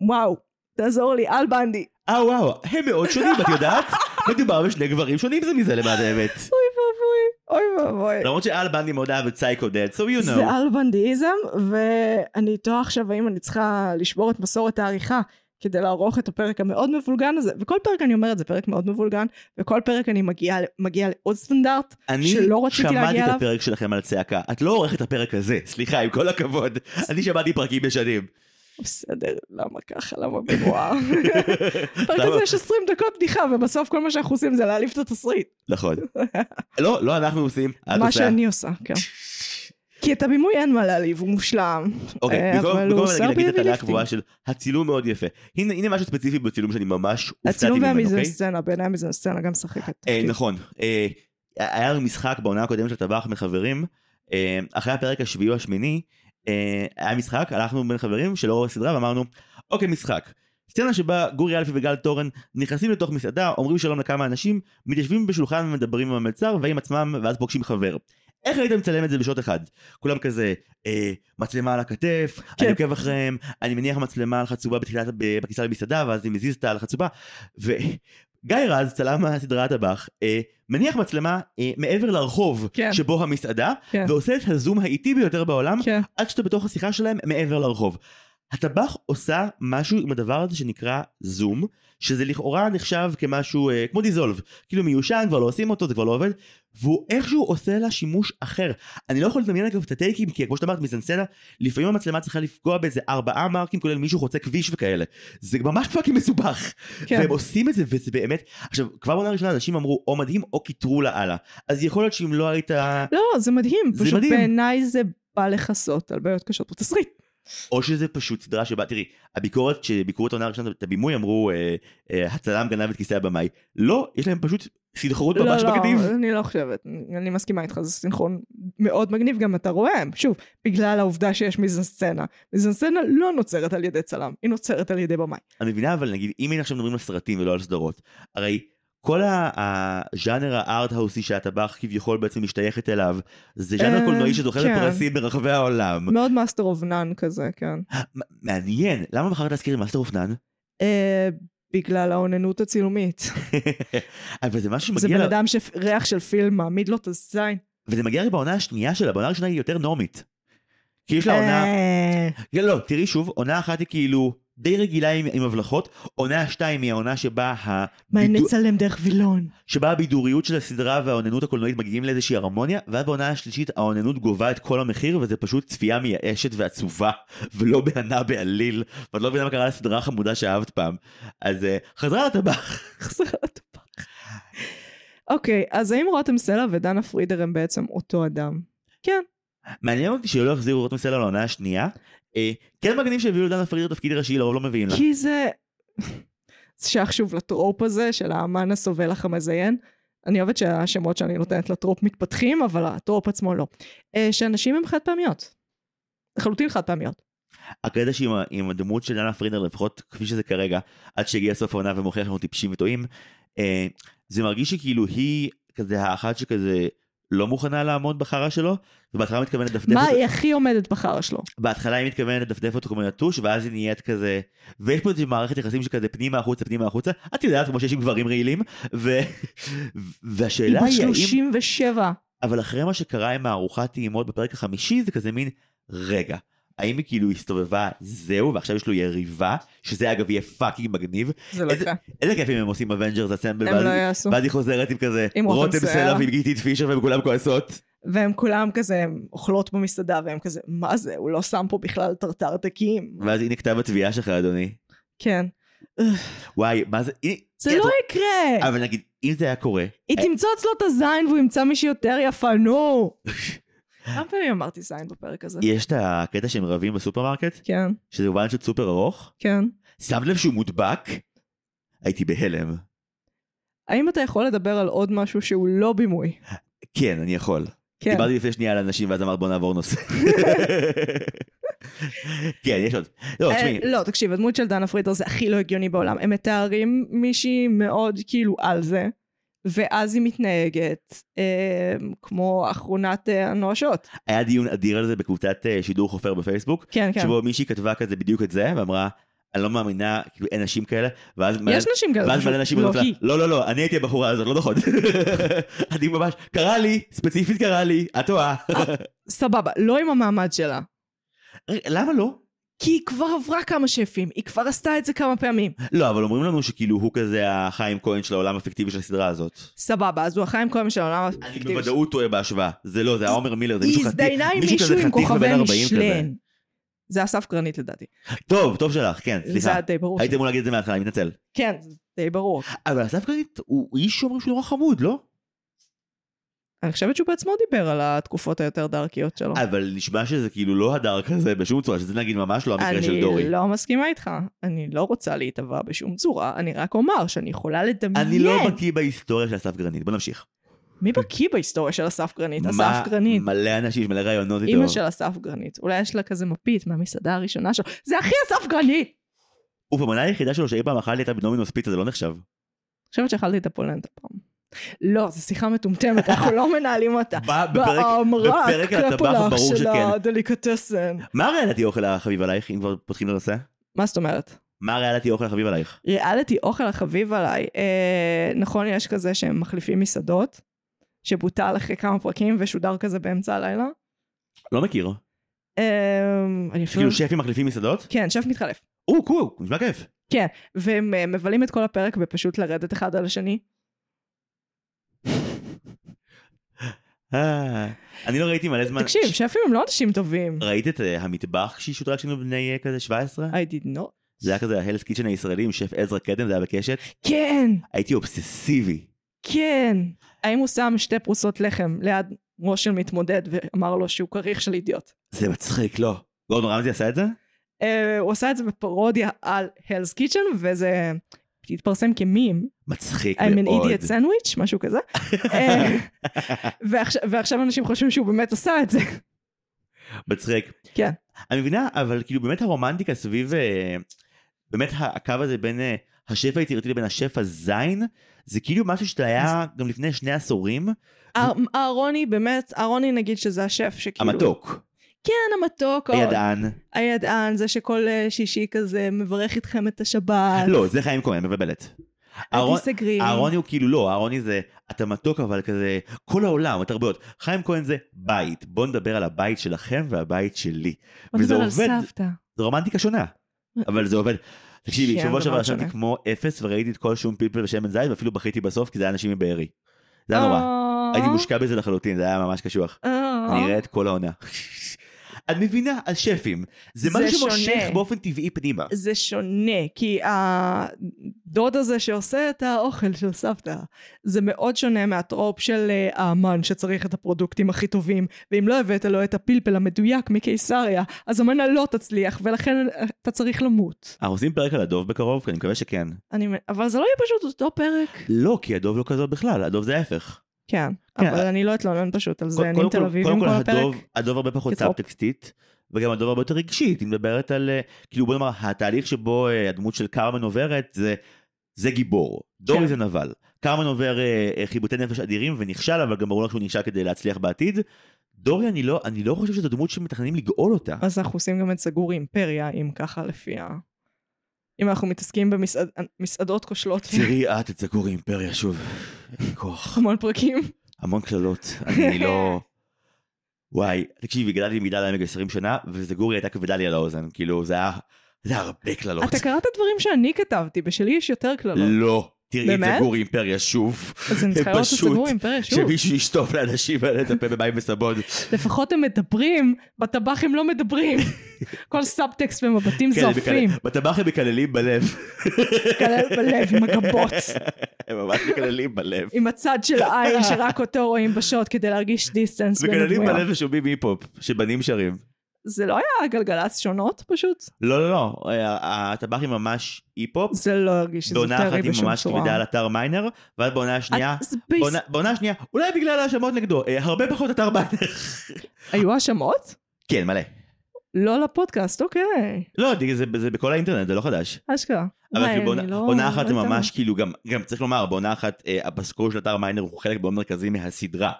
וואו, תעזור לי, אל בנדי, אה וואו, הם מאוד שונים, את יודעת? מדובר בשני גברים שונים זה מזה למען האמת. אוי ואבוי, אוי ואבוי. למרות שאל בנדי מאוד אהב את סייקו דד, so you זה אה, know. אלבנדיזם, ואני תוהה עכשיו האם אני צריכה לשבור את מסורת העריכה כדי לערוך את הפרק המאוד מבולגן הזה, וכל פרק אני אומרת זה פרק מאוד מבולגן, וכל פרק אני מגיעה מגיע לעוד סטנדרט אני שלא רציתי שמעתי להגיע את אליו. הפרק שלכם על צעקה, את לא עורכת את הפרק הזה, סליחה, עם כל הכבוד. אני שמעתי פרקים ישנים. בסדר, למה ככה, למה במואר? בפרק הזה למה? יש 20 דקות בדיחה, ובסוף כל מה שאנחנו עושים זה להעליב את התסריט. נכון. לא, לא אנחנו עושים, את מה עושה. שאני עושה, כן. כי את הבימוי אין מה להעליב, הוא מושלם. אוקיי, אה, במקום אבל במקום הוא עושה להגיד את הרבה הטענה lifting. הקבועה של הצילום מאוד יפה. הנה הנה משהו ספציפי בצילום שאני ממש הופתעתי הצילום ממנו, והמיזם אוקיי? סצנה, בעיניי המיזם סצנה גם משחקת. אה, תפקיד. נכון. אה, היה לנו משחק בעונה הקודמת של טבח בין חברים. אה, אחרי הפרק השביעי או השמיני, אה, היה משחק, הלכנו בין חברים שלא ראו סדרה ואמרנו, אוקיי, משחק. סצנה שבה גורי אלפי וגל תורן נכנסים לתוך מסעדה, אומרים שלום לכמה אנשים, מתיישבים בשולחן ומדברים עם המלצר ועם עצמם, ואז פוגשים חבר. איך היית מצלם את זה בשעות אחד? כולם כזה, אה, מצלמה על הכתף, כן. אני עוקב אחריהם, אני מניח מצלמה על חצובה בתחילת, ב- בכניסה למסעדה, ואז אני מזיז אותה על החצובה, וגיא רז, צלם הסדרה הטבח, אה, מניח מצלמה אה, מעבר לרחוב כן. שבו המסעדה, כן. ועושה את הזום האיטי ביותר בעולם, כן. עד שאתה בתוך השיחה שלהם מעבר לרחוב. הטבח עושה משהו עם הדבר הזה שנקרא זום, שזה לכאורה נחשב כמשהו אה, כמו דיזולב, כאילו מיושן, כבר לא עושים אותו, זה כבר לא עובד, והוא איכשהו עושה לה שימוש אחר. אני לא יכול לדמיין אגב את הטייקים, כי כמו שאת אמרת, מזנסנה, לפעמים המצלמה צריכה לפגוע באיזה ארבעה מרקים, כולל מישהו חוצה כביש וכאלה. זה ממש פאקינג מסובך. כן. והם עושים את זה, וזה באמת... עכשיו, כבר בעונה הראשונה אנשים אמרו, או מדהים או קיטרו לה הלאה. אז יכול להיות שאם לא היית... לא, זה מדהים. זה פשוט מדהים. בעיניי זה בא לכסות על בעיות קשות בתסריט. או שזה פשוט סדרה שבה, תראי, הביקורת, כשביקרו את העונה הראשונה, את הבימוי, אמרו, אה, אה, הצלם גנב את כיסא הבמאי. לא, יש להם פשוט סדחרות לא, ממש לא, בגדיב. אני לא חושבת. אני מסכימה איתך, זה סינכרון מאוד מגניב, גם אתה רואה, שוב, בגלל העובדה שיש מיזנסצנה. מיזנסצנה לא נוצרת על ידי צלם, היא נוצרת על ידי במאי. אני מבינה, אבל נגיד, אם היינו עכשיו מדברים על סרטים ולא על סדרות, הרי כל ה- הז'אנר הארט-האוסי שהטבח כביכול בעצם משתייכת אליו, זה ז'אנר אה, קולנועי שזוכה כן. לפרסים ברחבי העולם. מאוד מאסטר אוף נאן כזה, כן. מ- מעניין, למה בחרת להזכיר את מאסטר אופנן? אה, בגלל האוננות הצילומית. אבל זה משהו זה שמגיע, בן לה- אדם שריח של פילם מעמיד לו את הזין. וזה מגיע הרי בעונה השנייה שלה, בעונה הראשונה היא יותר נורמית. כי יש לה עונה... אה, כן, לא, תראי שוב, עונה אחת היא כאילו די רגילה עם, עם הבלחות, עונה שתיים היא העונה שבה, מה, הבידו- נצלם דרך וילון? שבה הבידוריות של הסדרה והאוננות הקולנועית מגיעים לאיזושהי הרמוניה, ואז בעונה השלישית האוננות גובה את כל המחיר, וזה פשוט צפייה מייאשת ועצובה, ולא בהנה בעליל, ואת לא מבינה מה קרה לסדרה החמודה שאהבת פעם. אז אה, חזרה לטבח. חזרה לטבח. אוקיי, אז האם רותם סלע ודנה פרידר הם בעצם אותו אדם? כן. מעניין אותי שלא החזירו רותם סלע לעונה השנייה. אה, כן מגניב שהביאו לדנה פרידר תפקיד ראשי, לרוב לא מביאים לה. כי זה... זה שייך שוב לטרופ הזה של האמן הסובל אך המזיין. אני אוהבת שהשמות שאני נותנת לטרופ מתפתחים, אבל הטרופ עצמו לא. אה, שאנשים הם חד פעמיות. לחלוטין חד פעמיות. הקטע שעם ה- עם הדמות של דנה פרינר לפחות כפי שזה כרגע עד שהגיע סוף העונה ומוכיח לנו טיפשים וטועים אה, זה מרגיש שכאילו היא כזה האחת שכזה לא מוכנה לעמוד בחרא שלו ובהתחלה מתכוונת לדפדף מה אותו, היא הכי עומדת בחרא שלו? בהתחלה היא מתכוונת לדפדף אותו כמו נטוש ואז היא נהיית כזה ויש פה איזו מערכת יחסים שכזה פנימה החוצה פנימה החוצה את יודעת כמו שיש עם גברים רעילים ו... היא והשאלה בת היא האם 37. אבל אחרי מה שקרה עם הארוחת טעימות בפרק החמישי זה כזה מין רגע. האם היא כאילו הסתובבה זהו ועכשיו יש לו יריבה שזה אגב יהיה פאקינג מגניב זה לא איזה- יקרה. איזה כיף אם הם עושים אבנג'רס אסמבל הם לא יעשו. ואז היא חוזרת עם כזה עם רותם רותם סלע סלע. ועם גיטית פישר והם כולם כועסות. והם כולם כזה, הם אוכלות במסעדה, והם כזה, מה זה, הוא לא שם פה בכלל טרטר דקים. ואז הנה כתב התביעה שלך אדוני. כן. וואי מה זה הנה- זה הנה, לא את רואה- יקרה! אבל נגיד אם זה היה קורה היא אה, תמצוץ לו את הזין והוא ימצא מישהי יותר יפה, נו! כמה פעמים אמרתי זין בפרק הזה? יש את הקטע שהם רבים בסופרמרקט כן, שזה וואן שוט סופר ארוך כן. שמת לב שהוא מודבק. הייתי בהלם. האם אתה יכול לדבר על עוד משהו שהוא לא בימוי? כן אני יכול. כן. דיברתי לפני שנייה על אנשים ואז אמרת בוא נעבור נושא. כן, יש עוד. לא, אה, תשמעי, לא, תקשיב, הדמות של דנה פרידר זה הכי לא הגיוני בעולם. הם מתארים מישהי מאוד כאילו על זה, ואז היא מתנהגת אה, כמו אחרונת אה, הנואשות. היה דיון אדיר על זה בקבוצת אה, שידור חופר בפייסבוק, כן, כן. שבו מישהי כתבה כזה בדיוק את זה, ואמרה, אני לא מאמינה, כאילו אין נשים כאלה, ואז מלא- יש נשים כאלה, ואז פשוט מלא נשים לא אומרות לה, היא. לא, לא, לא, אני הייתי הבחורה הזאת, לא נכון. אני ממש, קרה לי, ספציפית קרה לי, את טועה. סבבה, לא עם המעמד שלה. רגע, למה לא? כי היא כבר עברה כמה שפים, היא כבר עשתה את זה כמה פעמים. לא, אבל אומרים לנו שכאילו הוא כזה החיים כהן של העולם הפיקטיבי של הסדרה הזאת. סבבה, אז הוא החיים כהן של העולם אני הפיקטיבי. בוודאות טועה בהשוואה. זה לא, זה היה עומר מילר, זה היא מישהו חתיך, הזדיינה עם מישהו כזה מישהו עם חתיך כוכבי בבין 40 כזה. משלן. זה אסף גרנית לדעתי. טוב, טוב שלך, כן, זה סליחה. היה די ברור. הייתי אמור להגיד את זה מההתחלה, אני מתנצל. כן, זה די ברור. אבל אסף גרנית הוא איש שאומרים שהוא נורא חמוד, לא? אני חושבת שהוא בעצמו דיבר על התקופות היותר דארקיות שלו. אבל נשמע שזה כאילו לא הדר כזה בשום צורה, שזה נגיד ממש לא המקרה של דורי. אני לא מסכימה איתך. אני לא רוצה להיטבע בשום צורה, אני רק אומר שאני יכולה לדמיין. אני לא בקיא בהיסטוריה של אסף גרנית, בוא נמשיך. מי בקיא בהיסטוריה של אסף גרנית? מה- אסף גרנית. מלא אנשים, יש מלא רעיונות איתו. אימא של אסף גרנית. אולי יש לה כזה מפית מהמסעדה הראשונה שלו. זה הכי אסף גרנית! ובמנה היחידה שלו שאי פעם אכל לי הייתה בנומינוס פיצה, זה לא נחשב. אני חושבת שאכלתי את הפולנטה פעם. לא, זו שיחה מטומטמת, אנחנו לא מנהלים אותה. ב- בפרק- באמרה, בפרק על הטבח הקרפולח של ברור שכן. הדליקטסן. מה ריאליטי אוכל החביב עלייך, אם כבר פותחים לנושא? מה זאת אומרת? מה ריאליטי אוכל החביב עלייך? ריאליטי אוכל החביב עליי. אה, נכון, יש כזה שהם מחליפים מסעדות, שבוטל אחרי כמה פרקים ושודר כזה באמצע הלילה. לא מכיר. אה, אני אפילו... כאילו שפים מחליפים מסעדות? כן, שף מתחלף. או, קול, נשמע כיף. כן, והם אה, מבלים את כל הפרק בפשוט לרדת אחד על השני. אה, אני לא ראיתי מלא זמן. תקשיב, ש- שפים הם לא אנשים טובים. ראית את אה, המטבח כשהיא שודרה כשהיינו בני אה, כזה 17? I did not. זה היה כזה ההלס קיצ'ן הישראלי עם שף עזרא קדם, זה היה בקשת. כן, הייתי אובססיבי. כן. האם הוא שם שתי פרוסות לחם ליד ראש של מתמודד ואמר לו שהוא כריך של אידיוט? זה מצחיק, לא. גורדון רמזי עשה את זה? אה, הוא עשה את זה בפרודיה על הלס קיצ'ן, וזה התפרסם כמים. מצחיק I'm an מאוד. idiot sandwich, משהו כזה. אה, ועכשיו- ועכשיו אנשים חושבים שהוא באמת עשה את זה. מצחיק. כן. אני מבינה, אבל כאילו באמת הרומנטיקה סביב... אה, באמת ה- הקו הזה בין אה, השף היצירתי לבין השף הזין, זה כאילו משהו שאתה היה גם לפני שני עשורים. כאילו, אהר- אה, אהרוני באמת, אהרוני נגיד שזה השף שכאילו... המתוק, כן, המתוק. או- הידען. הידען, זה שכל אה, שישי כזה מברך איתכם את השבת. לא, זה חיים כהן, מבלבלת. אהרון- תיסגרי. אהרוני הוא כאילו לא, אהרוני זה אתה מתוק אבל כזה כל העולם, התרבויות. חיים כהן זה בית, בוא נדבר על הבית שלכם והבית שלי. בוא וזה נדבר על עובד, סבתא. זה רומנטיקה שונה, אבל זה עובד. תקשיבי, כן, שבוע זה שעבר מאוד ישבתי שונה. כמו אפס וראיתי את כל שום פלפל ושמן זית ואפילו בכיתי בסוף כי זה היה אנשים מבארי. זה היה נורא. אה, הייתי מושקע בזה לחלוטין, זה היה ממש קשוח. אה. אני אראה את כל העונה. את מבינה? אז שפים. זה זה משהו שמושך שונה. באופן טבעי פנימה. זה שונה, כי הדוד הזה שעושה את האוכל של סבתא, זה מאוד שונה מהטרופ של אה, האמן שצריך את הפרודוקטים הכי טובים, ואם לא הבאת לו את הפלפל המדויק מקיסריה, אז המנה לא תצליח, ולכן אה, אתה צריך למות. אנחנו עושים פרק על הדוב בקרוב, כי אני מקווה שכן. אני, מ- אבל זה לא יהיה פשוט אותו פרק. לא, כי הדוב לא כזה בכלל, הדוב זה ההפך. כן, כן, אבל אה, אני לא אתלונן פשוט על קוד- זה, אני קודם עם תל כל- אביבים קודם כל הפרק. הדוב, הדוב הרבה פחות כטרופ. סאבטקסטית, וגם הדוב הרבה יותר רגשית, היא מדברת על, אה, כאילו בוא נאמר, התהליך שבו אה, הדמות של קרמן עוברת, זה, זה גיבור, דורי כן. זה נבל. קרמן עובר אה, אה, חיבוטי נפש אדירים ונכשל, אבל גם ברור לך שהוא נכשל כדי להצליח בעתיד. דורי, אני לא, אני לא חושב שזו דמות שמתכננים לגאול אותה. אז אנחנו עושים גם את סגור אימפריה, אם ככה לפי ה... אם אנחנו מתעסקים במסעדות כושלות, תראי את את סגור אימפריה שוב, אין לי כוח. המון פרקים. המון קללות, אני לא... וואי, תקשיבי, גדלתי במגדל העמק 20 שנה, וזגורי הייתה כבדה לי על האוזן, כאילו זה היה, זה היה הרבה קללות. אתה קראת דברים שאני כתבתי, בשלי יש יותר קללות. לא, תראי את באמת? זגורי אימפריה שוב. אז אני צריכה לראות את פשוט, סגור אימפריה שוב. שמישהו ישטוף לאנשים האלה את הפה במים וסבון. כן, לפחות הם מדברים, בטבחים לא מדברים. כל סאבטקסט ומבטים כן, הם זועפים. מקלל- בטבח הם מקללים בלב. מקלל בלב עם הגבות, הם ממש מקללים בלב. עם הצד של העין שרק אותו רואים בשעות כדי להרגיש דיסטנס בין מקללים הדמויות. בלב ושומעים היפ-הופ, שבנים שרים. זה לא היה גלגלצ שונות פשוט? לא, לא, לא, אה, הטבחים ממש היפ-הופ, זה לא הרגיש בעונה אחת איזוטרי היא בשום ממש צורה. כבדה על אתר מיינר, ואז בעונה השנייה, אז ביס- בעונה- בעונה השנייה, אולי בגלל ההאשמות נגדו, אה, הרבה פחות אתר מיינר. היו האשמות? כן, מלא. לא לפודקאסט, אוקיי. לא, זה- זה בכל האינטרנט, זה לא חדש. אשכרה. אבל וואי, כאילו אני בעונה לא- עונה אחת לא זה יודעת. ממש כאילו גם, גם צריך לומר בעונה אחת אה, הבסקור של אתר מיינר הוא חלק מאוד מרכזי מהסדרה.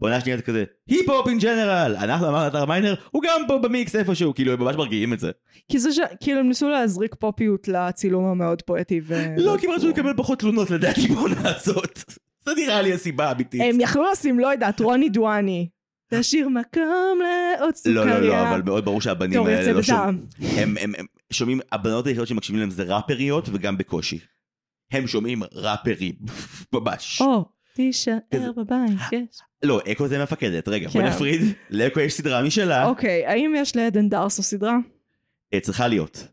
בעונה שנייה זה כזה היפ הופ אין ג'נרל אנחנו אמרנו אתר מיינר הוא גם פה במיקס איפשהו כאילו הם ממש מרגיעים את זה. כי זה ש... כאילו הם ניסו להזריק פופיות לצילום המאוד פואטי ו... לא כי הם רצו לקבל פחות תלונות לדעתי בעונה הזאת. זה נראה לי הסיבה האמיתית. הם יכלו לשים, לא יודעת, רוני דואני. תשאיר מקום לעוד לא סוכריה. לא לא אבל מאוד ברור שהבנים טוב, האלה יוצא לא שומעים. בזעם. הם- הם- הם שומעים הבנות היחידות שמקשיבים להם זה ראפריות וגם בקושי. הם שומעים ראפרים ממש. או, כזה- תישאר בבית, יש. לא, אקו זה מפקדת, רגע, בוא כן. נפריד. לאקו יש סדרה משלה, אוקיי, האם יש לעדן דרסו סדרה? אה, צריכה להיות.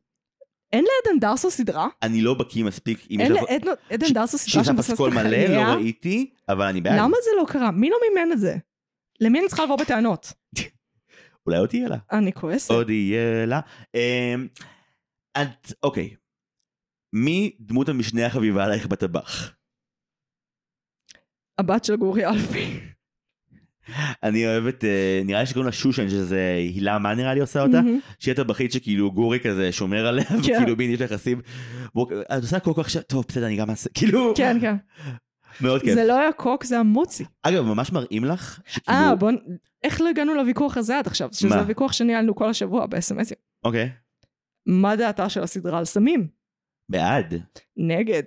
אין לעדן דרסו סדרה? אני לא בקיא מספיק, אם יש אין לה- לעדן ש- דרסו שיש אה, סדרה לה שמבססת פסקול על מלא, לא חייה? ראיתי, אבל אני בעד. למה זה לא קרה? מי לא מימן את זה? למי אני צריכה לבוא בטענות? אולי עוד יהיה לה. אני כועסת. עוד יהיה לה. אמ, את, אוקיי. מי דמות המשנה החביבה עלייך בטבח? הבת של גורי אלפי. אני אוהב את, אה, נראה לי שקוראים לה שושן, שזה הילה, מה נראה לי עושה אותה? מהמם. שהיא הטבחית שכאילו גורי כזה שומר עליה, כן. וכאילו בין יש לה יחסים. בוא, את עושה כל כך ש... טוב, בסדר, אני גם אעשה. כאילו, כן, כן. מאוד כיף. זה לא היה קוק, זה היה מוצי. אגב, ממש מראים לך, שכאילו... אה, בוא... נ- איך לא הגענו לוויכוח הזה עד עכשיו? שזה מה? הוויכוח שניהלנו כל השבוע בסמסים. אוקיי. מה דעתה של הסדרה על סמים? בעד. נגד.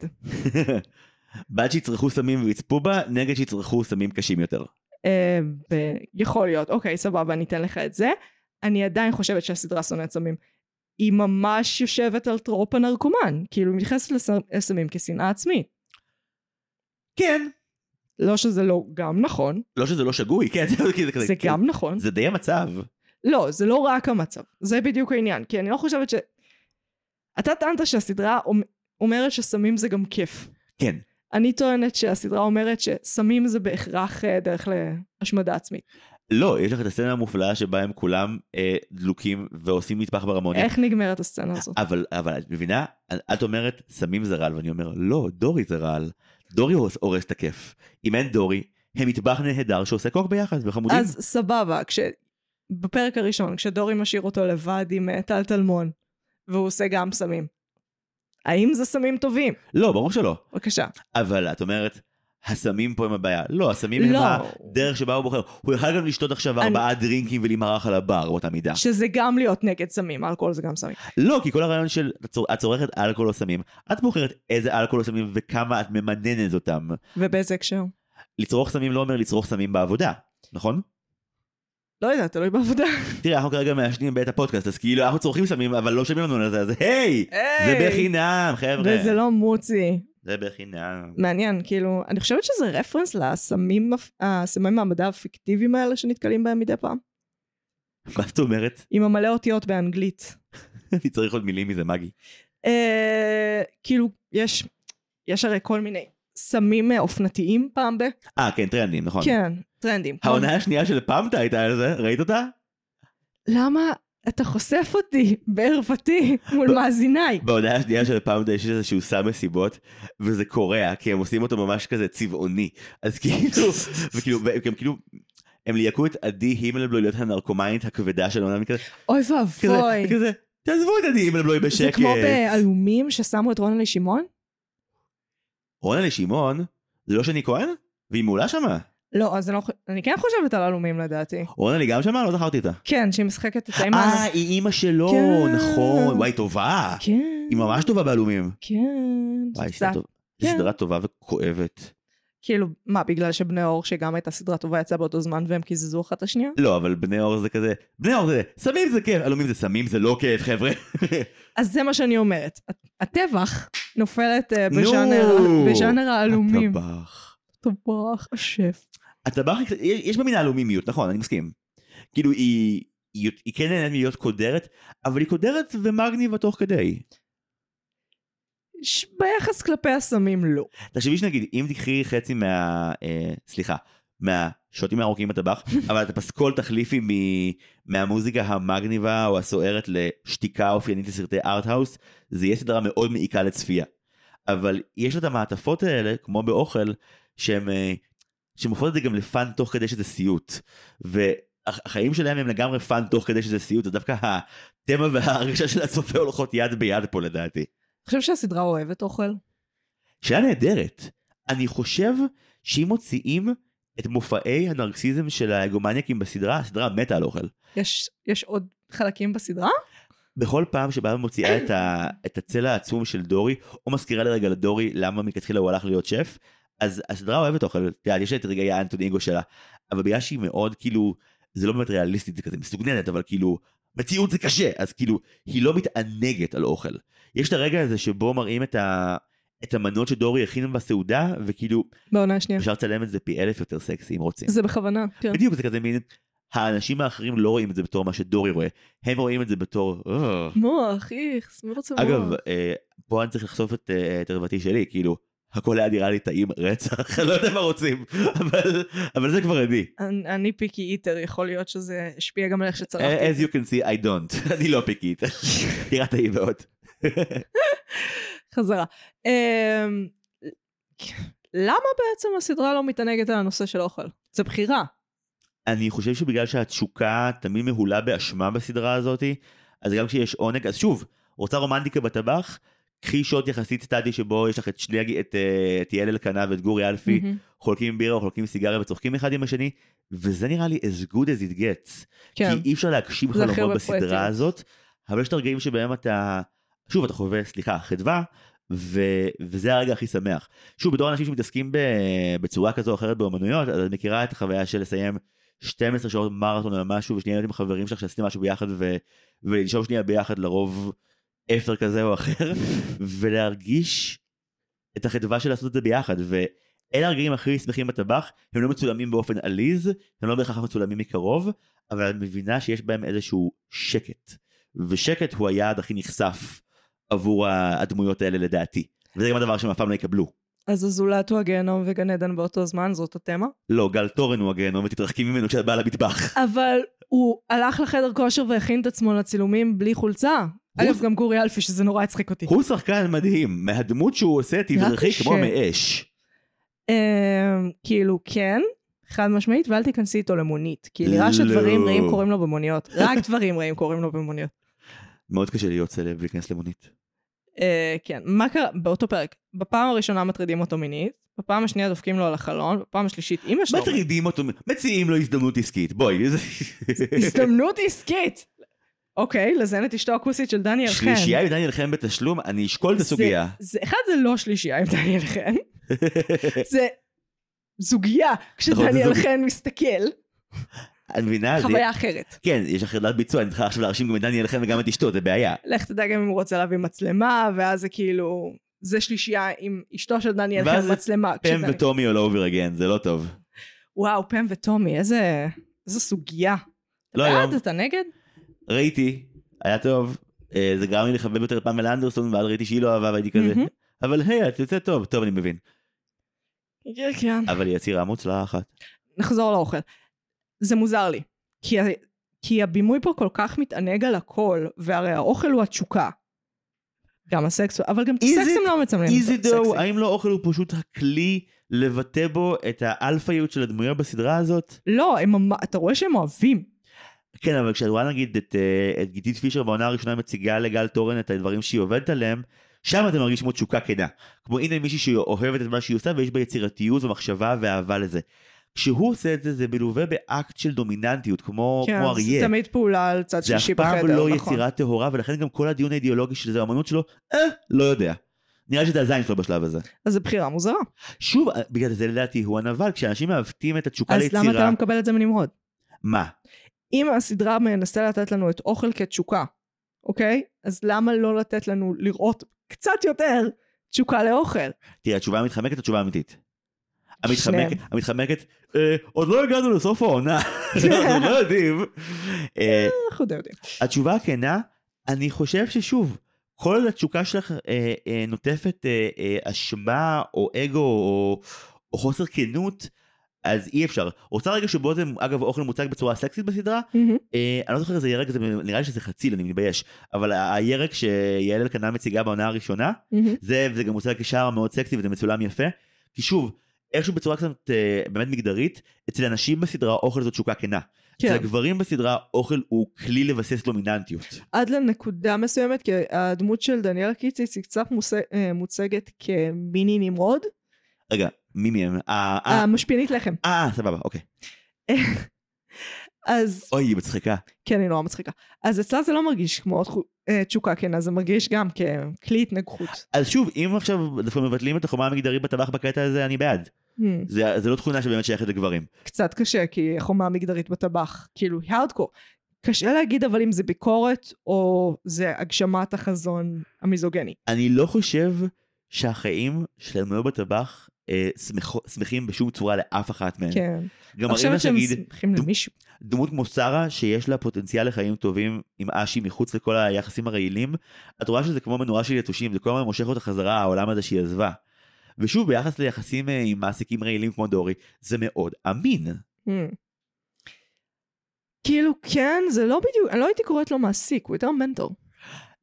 בעד שיצרכו סמים ויצפו בה, נגד שיצרכו סמים קשים יותר. אה, ב- יכול להיות. אוקיי, סבבה, אני אתן לך את זה. אני עדיין חושבת שהסדרה שונאת סמים. היא ממש יושבת על טרופ הנרקומן. כאילו, היא מתייחסת לס- לסמים כשנאה עצמית. כן. לא שזה לא גם נכון, לא שזה לא שגוי, כן, זה, כי כזה- זה כן. גם נכון. זה די המצב. לא, זה לא רק המצב. זה בדיוק העניין. כי אני לא חושבת ש... אתה טענת שהסדרה אומ- אומרת שסמים זה גם כיף. כן. אני טוענת שהסדרה אומרת שסמים זה בהכרח אה, דרך להשמדה עצמית. לא, יש לך את הסצנה המופלאה שבה הם כולם אה, דלוקים ועושים מטבח ברמוניה. איך נגמרת הסצנה הזאת? אבל, אבל את מבינה? את אומרת, סמים זה רעל, ואני אומר, לא, דורי זה רעל. דורי הורס, הורס את הכיף. אם אין דורי, הם מטבח נהדר שעושה קוק ביחד, וחמודים. אז סבבה, כש... בפרק הראשון, כשדורי משאיר אותו לבד עם אה, טל טלמון, והוא עושה גם סמים. האם זה סמים טובים? לא, ברור שלא. בבקשה. אבל את אומרת, הסמים פה הם הבעיה. לא, הסמים לא. הם הדרך שבה הוא בוחר. הוא יכול גם לשתות עכשיו אני- ארבעה דרינקים ולהימרח על הבר באותה מידה. שזה גם להיות נגד סמים, אלכוהול זה גם סמים. לא, כי כל הרעיון של הצור- את צורכת אלכוהול או סמים, את בוחרת איזה אלכוהול או סמים וכמה את ממננת אותם. ובאיזה הקשר? לצרוך סמים לא אומר לצרוך סמים בעבודה, נכון? לא יודעת, תלוי בעבודה. תראה, אנחנו כרגע מעשנים בעת הפודקאסט, אז כאילו אנחנו צורכים סמים, אבל לא שומעים לנו על זה, אז היי! זה היי! בחינם, חבר'ה. וזה לא מוצי. זה בחינם. מעניין, כאילו, אני חושבת שזה רפרנס לסמים, הפ- הסמי מעמדה הפיקטיביים האלה שנתקלים בהם מדי פעם. מה זאת אומרת? עם המלא אותיות באנגלית. אני צריך עוד מילים מזה, מגי. אה, כאילו, יש, יש הרי כל מיני סמים אה, אופנתיים פעם ב... אה, כן, טרנדים, נכון. כן, טרנדים. כמו- העונה השנייה של פמטה הייתה על זה, ראית אותה? למה אתה חושף אותי בערוותי מול מאזיניי? בהודעה השנייה של פעם די יש איזשהו סם מסיבות וזה קורע כי הם עושים אותו ממש כזה צבעוני אז כאילו וכאילו והם כאילו הם ליהקו את עדי הימלבלוי להיות הנרקומנית הכבדה של העונה כזה אוי כזה ואבוי. כזה תעזבו את עדי הימלבלוי זה בשקט. כמו בעלומים ששמו את רונלי שמעון? רונלי שמעון זה לא שני כהן והיא מעולה שמה לא, אז אני לא חו- אני כן חושבת על עלומים לדעתי. רונלי גם שמה לא זכרתי אותה. כן, שהיא משחקת את האימה. אה היא אימא שלו כן. נכון וואי טובה כן. היא ממש טובה בעלומים. כן. וואי זה סדרה טוב- כן. סדרה טובה וכואבת. כאילו, מה, בגלל שבני אור, שגם הייתה סדרה טובה, יצאה באותו זמן והם קיזזו אחת את השנייה? לא, אבל בני אור זה כזה, בני אור זה, סמים זה כיף, עלומים זה סמים זה לא כיף, חבר'ה. אז זה מה שאני אומרת. הט- הטבח נופלת אה, נו. בז'אנר- בז'אנר העלומים. הטבח. טבח, השף. הטבח, היא קצת- יש יש בה מין העלומימיות, נכון, אני מסכים. כאילו, היא... היא היא כן נהנית מלהיות קודרת, אבל היא קודרת ומגניבה תוך כדי. ש- ביחס כלפי הסמים לא. תחשבי שנגיד, אם תקחי חצי מה... אה, סליחה, מהשוטים הארוכים בטבח, אבל את הפסקול תחליפי מ... מהמוזיקה המגניבה או הסוערת לשתיקה אופיינית לסרטי ארטהאוס, זה יהיה סדרה מאוד מעיקה לצפייה. אבל יש לה את המעטפות האלה, כמו באוכל, שהן אה, שהן הופכות את זה גם לפאן תוך כדי שזה סיוט. והחיים שלהם הם לגמרי פאן תוך כדי שזה סיוט, זה דווקא התמה וההרגשה של הצופה הולכות יד ביד פה לדעתי. חושב שהסדרה אוהבת אוכל? שאלה נהדרת. אני חושב שאם מוציאים את מופעי הנרקסיזם של האגומניאקים בסדרה, הסדרה מתה על אוכל. יש, יש עוד חלקים בסדרה? בכל פעם שבאה ומוציאה את, ה, את הצלע העצום של דורי, או מזכירה לרגע לדורי למה מלכתחילה הוא הלך להיות שף, אז הסדרה אוהבת אוכל, את יודעת, יש לה את רגעי האנטון אינגו שלה, אבל בגלל שהיא מאוד כאילו, זה לא באמת ריאליסטית, זה כזה מסוגננת, אבל כאילו, מציאות זה קשה, אז כאילו, היא לא מתענגת על אוכל. יש את הרגע הזה שבו מראים את, ה, את המנות שדורי הכין בסעודה, וכאילו, בעונה השנייה. אפשר לצלם את זה פי אלף יותר סקסי אם רוצים. כן. זה בכוונה, כן. בדיוק זה כזה מין, האנשים האחרים לא רואים את זה בתור מה שדורי רואה, הם רואים את זה בתור, "אה, מוח, איכס, מרוץ המוח. אגב, אה, פה אני צריך לחשוף את, אה, את הרבתי שלי, כאילו, הכל היה נראה לי טעים רצח, אני לא יודע מה רוצים, אבל, אבל זה כבר אני. אני- אני פיקי איטר, יכול להיות שזה השפיע גם על איך שצרחתי. As you can see, I don't. אני לא פיקית. נראה טעים מאוד. חזרה. אמ, למה בעצם הסדרה לא מתענגת על הנושא של אוכל? זה בחירה. אני חושב שבגלל שהתשוקה תמיד מהולה באשמה בסדרה הזאתי, אז גם כשיש עונג, אז שוב, רוצה רומנטיקה בטבח, קחי שוט יחסית סטטי שבו יש לך את שני, את, אה, את יעל אלקנה ואת גורי אלפי, מהמם. חולקים בירה או חולקים סיגריה וצוחקים אחד עם השני, וזה נראה לי as good as it gets. כן. כי אי אפשר להגשים זה הכי חלומות הרבה בסדרה פואטיות. הזאת, אבל יש את הרגעים שבהם אתה, שוב, אתה חווה, סליחה, חדווה, ו... וזה הרגע הכי שמח. שוב, בתור אנשים שמתעסקים ב... בצורה כזו או אחרת באומנויות, אז את מכירה את החוויה של לסיים 12 שעות מרתון על משהו, ושנייה להיות עם חברים שלך שעשיתם משהו ביחד, ו... ולנשום שנייה ביחד לרוב אפר כזה או אחר, ולהרגיש את החדווה של לעשות את זה ביחד, ו... אלה הרגעים הכי שמחים בטבח, הם לא מצולמים באופן עליז, הם לא בהכרח מצולמים מקרוב, אבל את מבינה שיש בהם איזשהו שקט. ושקט הוא היעד הכי נחשף עבור ה- הדמויות האלה לדעתי. וזה גם הדבר שהם אף פעם לא יקבלו. אז הזולת הוא הגיהנום וגן עדן באותו זמן, זאת התמה. לא, גל תורן הוא הגיהנום ותתרחקי ממנו כשאת באה למטבח. אבל הוא הלך לחדר כושר והכין את עצמו לצילומים בלי חולצה. אגב, גם גורי אלפי, שזה נורא הצחיק אותי. הוא שחקן מדהים, מהדמות שהוא עושה תברחי קשה. כמו מאש. אמ, כאילו, כן, חד משמעית, ואל תיכנסי איתו למונית. כי נראה שדברים לא. רעים קורים לו במוניות. רק דברים רעים קוראים לו במוניות. מאוד קשה להיות סלב ולהיכנס למונית. אה, כן, מה קרה באותו פרק? בפעם הראשונה מטרידים אותו מינית, בפעם השנייה דופקים לו על החלון, בפעם השלישית אימא שלו. מטרידים אותו, מציעים לו הזדמנות עסקית, בואי. זה- הזדמנות עסקית! אוקיי, לזיין את אשתו הכוסית של דניאל חן. שלישייה עם דניאל חן בתשלום, אני אשקול את כן. זה- הסוגיה. זה, אחד, זה לא שלישייה עם דניאל חן. זה זוגיה, נכון, זה כשדניאל זוג. חן מסתכל, את מבינה? זה- חוויה אחרת. כן, יש לך חרדת ביצוע, אני צריכה עכשיו להרשים גם את דניאל חן וגם את אשתו, זה בעיה. לך תדע גם אם הוא רוצה להביא מצלמה, ואז זה כאילו, זה שלישייה עם אשתו של דניאל ואז חן מצלמה. פם כשדניאל- וטומי all over again, זה לא טוב. וואו, פם וטומי, איזה, איזה סוגיה. לא בעד, היום. אתה נגד? ראיתי, היה טוב, אה, זה גרם לי לחבב יותר את פמלה אנדרסון, ואז ראיתי שהיא לא אהבה והייתי כזה. מהמם. אבל היי, את יוצאת טוב, טוב אני מבין. כן, כן. אבל היא יצירה מוצלחת. נחזור לאוכל. זה מוזר לי, כי, ה- כי הבימוי פה כל כך מתענג על הכל, והרי האוכל הוא התשוקה. גם הסקס, הוא- אבל גם את Is הסקס it- הם לא מצמנים. איזי אותו, דו, סקסי. האם לא אוכל הוא פשוט הכלי לבטא בו את האלפאיות של הדמויות בסדרה הזאת? לא, הם ממ- אתה רואה שהם אוהבים. כן, אבל כשאת רואה נגיד את, אה, את גיתית פישר בעונה הראשונה מציגה לגל תורן את הדברים שהיא עובדת עליהם, שם אתה מרגיש כמו תשוקה כנה. כמו הנה מישהי שאוהבת את מה שהיא עושה ויש בה יצירתיות ומחשבה ואהבה לזה. כשהוא עושה את זה, זה מלווה באקט של דומיננטיות, כמו, כן, כמו זה אריה. תמיד פעולה על צד זה אף שלישי בחדר, פעם לא נכון. יצירה טהורה, ולכן גם כל הדיון האידיאולוגי של זה, האמנות שלו, אה, לא יודע. נראה שזה הזין שלו בשלב הזה. אז זו בחירה מוזרה. שוב, אה, בגלל זה לדעתי הוא הנבל, כשאנשים מעוותים את התשוקה אז ליצירה... למה אתה לא מקבל את זה מנמרוד? מה? אם הסדרה מנסה לתת לנו את אוכל כתשוקה, אוקיי? אז למה לא לתת לנו לראות קצת יותר תשוקה לאוכל? תראה, התשובה המתחמקת, התשובה האמיתית. שניהם. המתחמקת, המתחמקת, אה, עוד לא הגענו לסוף העונה, אנחנו לא יודעים. אה, אנחנו די יודעים. התשובה הכנה, אני חושב ששוב, כל עוד התשוקה שלך אה, אה, נוטפת אה, אה, אשמה או אגו או, או חוסר כנות, אז אי אפשר. רוצה רגע שבו זה, אגב, אוכל מוצג בצורה סקסית בסדרה? מהמם. אה, אני לא זוכר איזה ירק, זה, נראה לי שזה חציל, אני מתבייש. אבל ה- הירק שיעל אלקנה מציגה בעונה הראשונה, מהמם. זה, וזה גם מוצג כשער מאוד סקסי וזה מצולם יפה. כי שוב, איכשהו בצורה קצת אה, באמת מגדרית, אצל אנשים בסדרה אוכל זאת תשוקה כנה. כן. אצל הגברים בסדרה אוכל הוא כלי לבסס דומיננטיות. עד לנקודה מסוימת, כי הדמות של דניאלה קיציס היא קצת מושג, אה, מוצגת כמיני נמרוד, רגע, מי מהם? אה, אה, המשפינית לחם. אה, סבבה, אוקיי. אז, אוי, היא מצחיקה. כן, היא נורא מצחיקה. אז אצלה זה לא מרגיש כמו תחו- אה, תשוקה כנה, זה מרגיש גם ככלי התנגחות. אז שוב, אם עכשיו דווקא מבטלים את החומה המגדרית בטבח בקטע הזה, אני בעד. Hmm, זה, זה לא תכונה שבאמת שייכת לגברים. קצת קשה, כי החומה המגדרית בטבח, כאילו, היא הארדקור. קשה להגיד אבל אם זה ביקורת, או זה הגשמת החזון המיזוגני. אני לא חושב שהחיים של הנועה בטבח אה, שמחו, שמחים בשום צורה לאף אחת מהן. כן. גם אני מראים חושבת לה שהם שנגיד, שמחים דו- למישהו. דמות כמו שרה, שיש לה פוטנציאל לחיים טובים עם אשי מחוץ לכל היחסים הרעילים, את רואה שזה כמו מנורה של יתושים, זה כל הזמן מושך אותה חזרה, העולם הזה שהיא עזבה. ושוב, ביחס ליחסים אה, עם מעסיקים רעילים כמו דורי, זה מאוד אמין. Hmm. כאילו, כן, זה לא בדיוק, אני לא הייתי קוראת לו מעסיק, הוא יותר מנטור.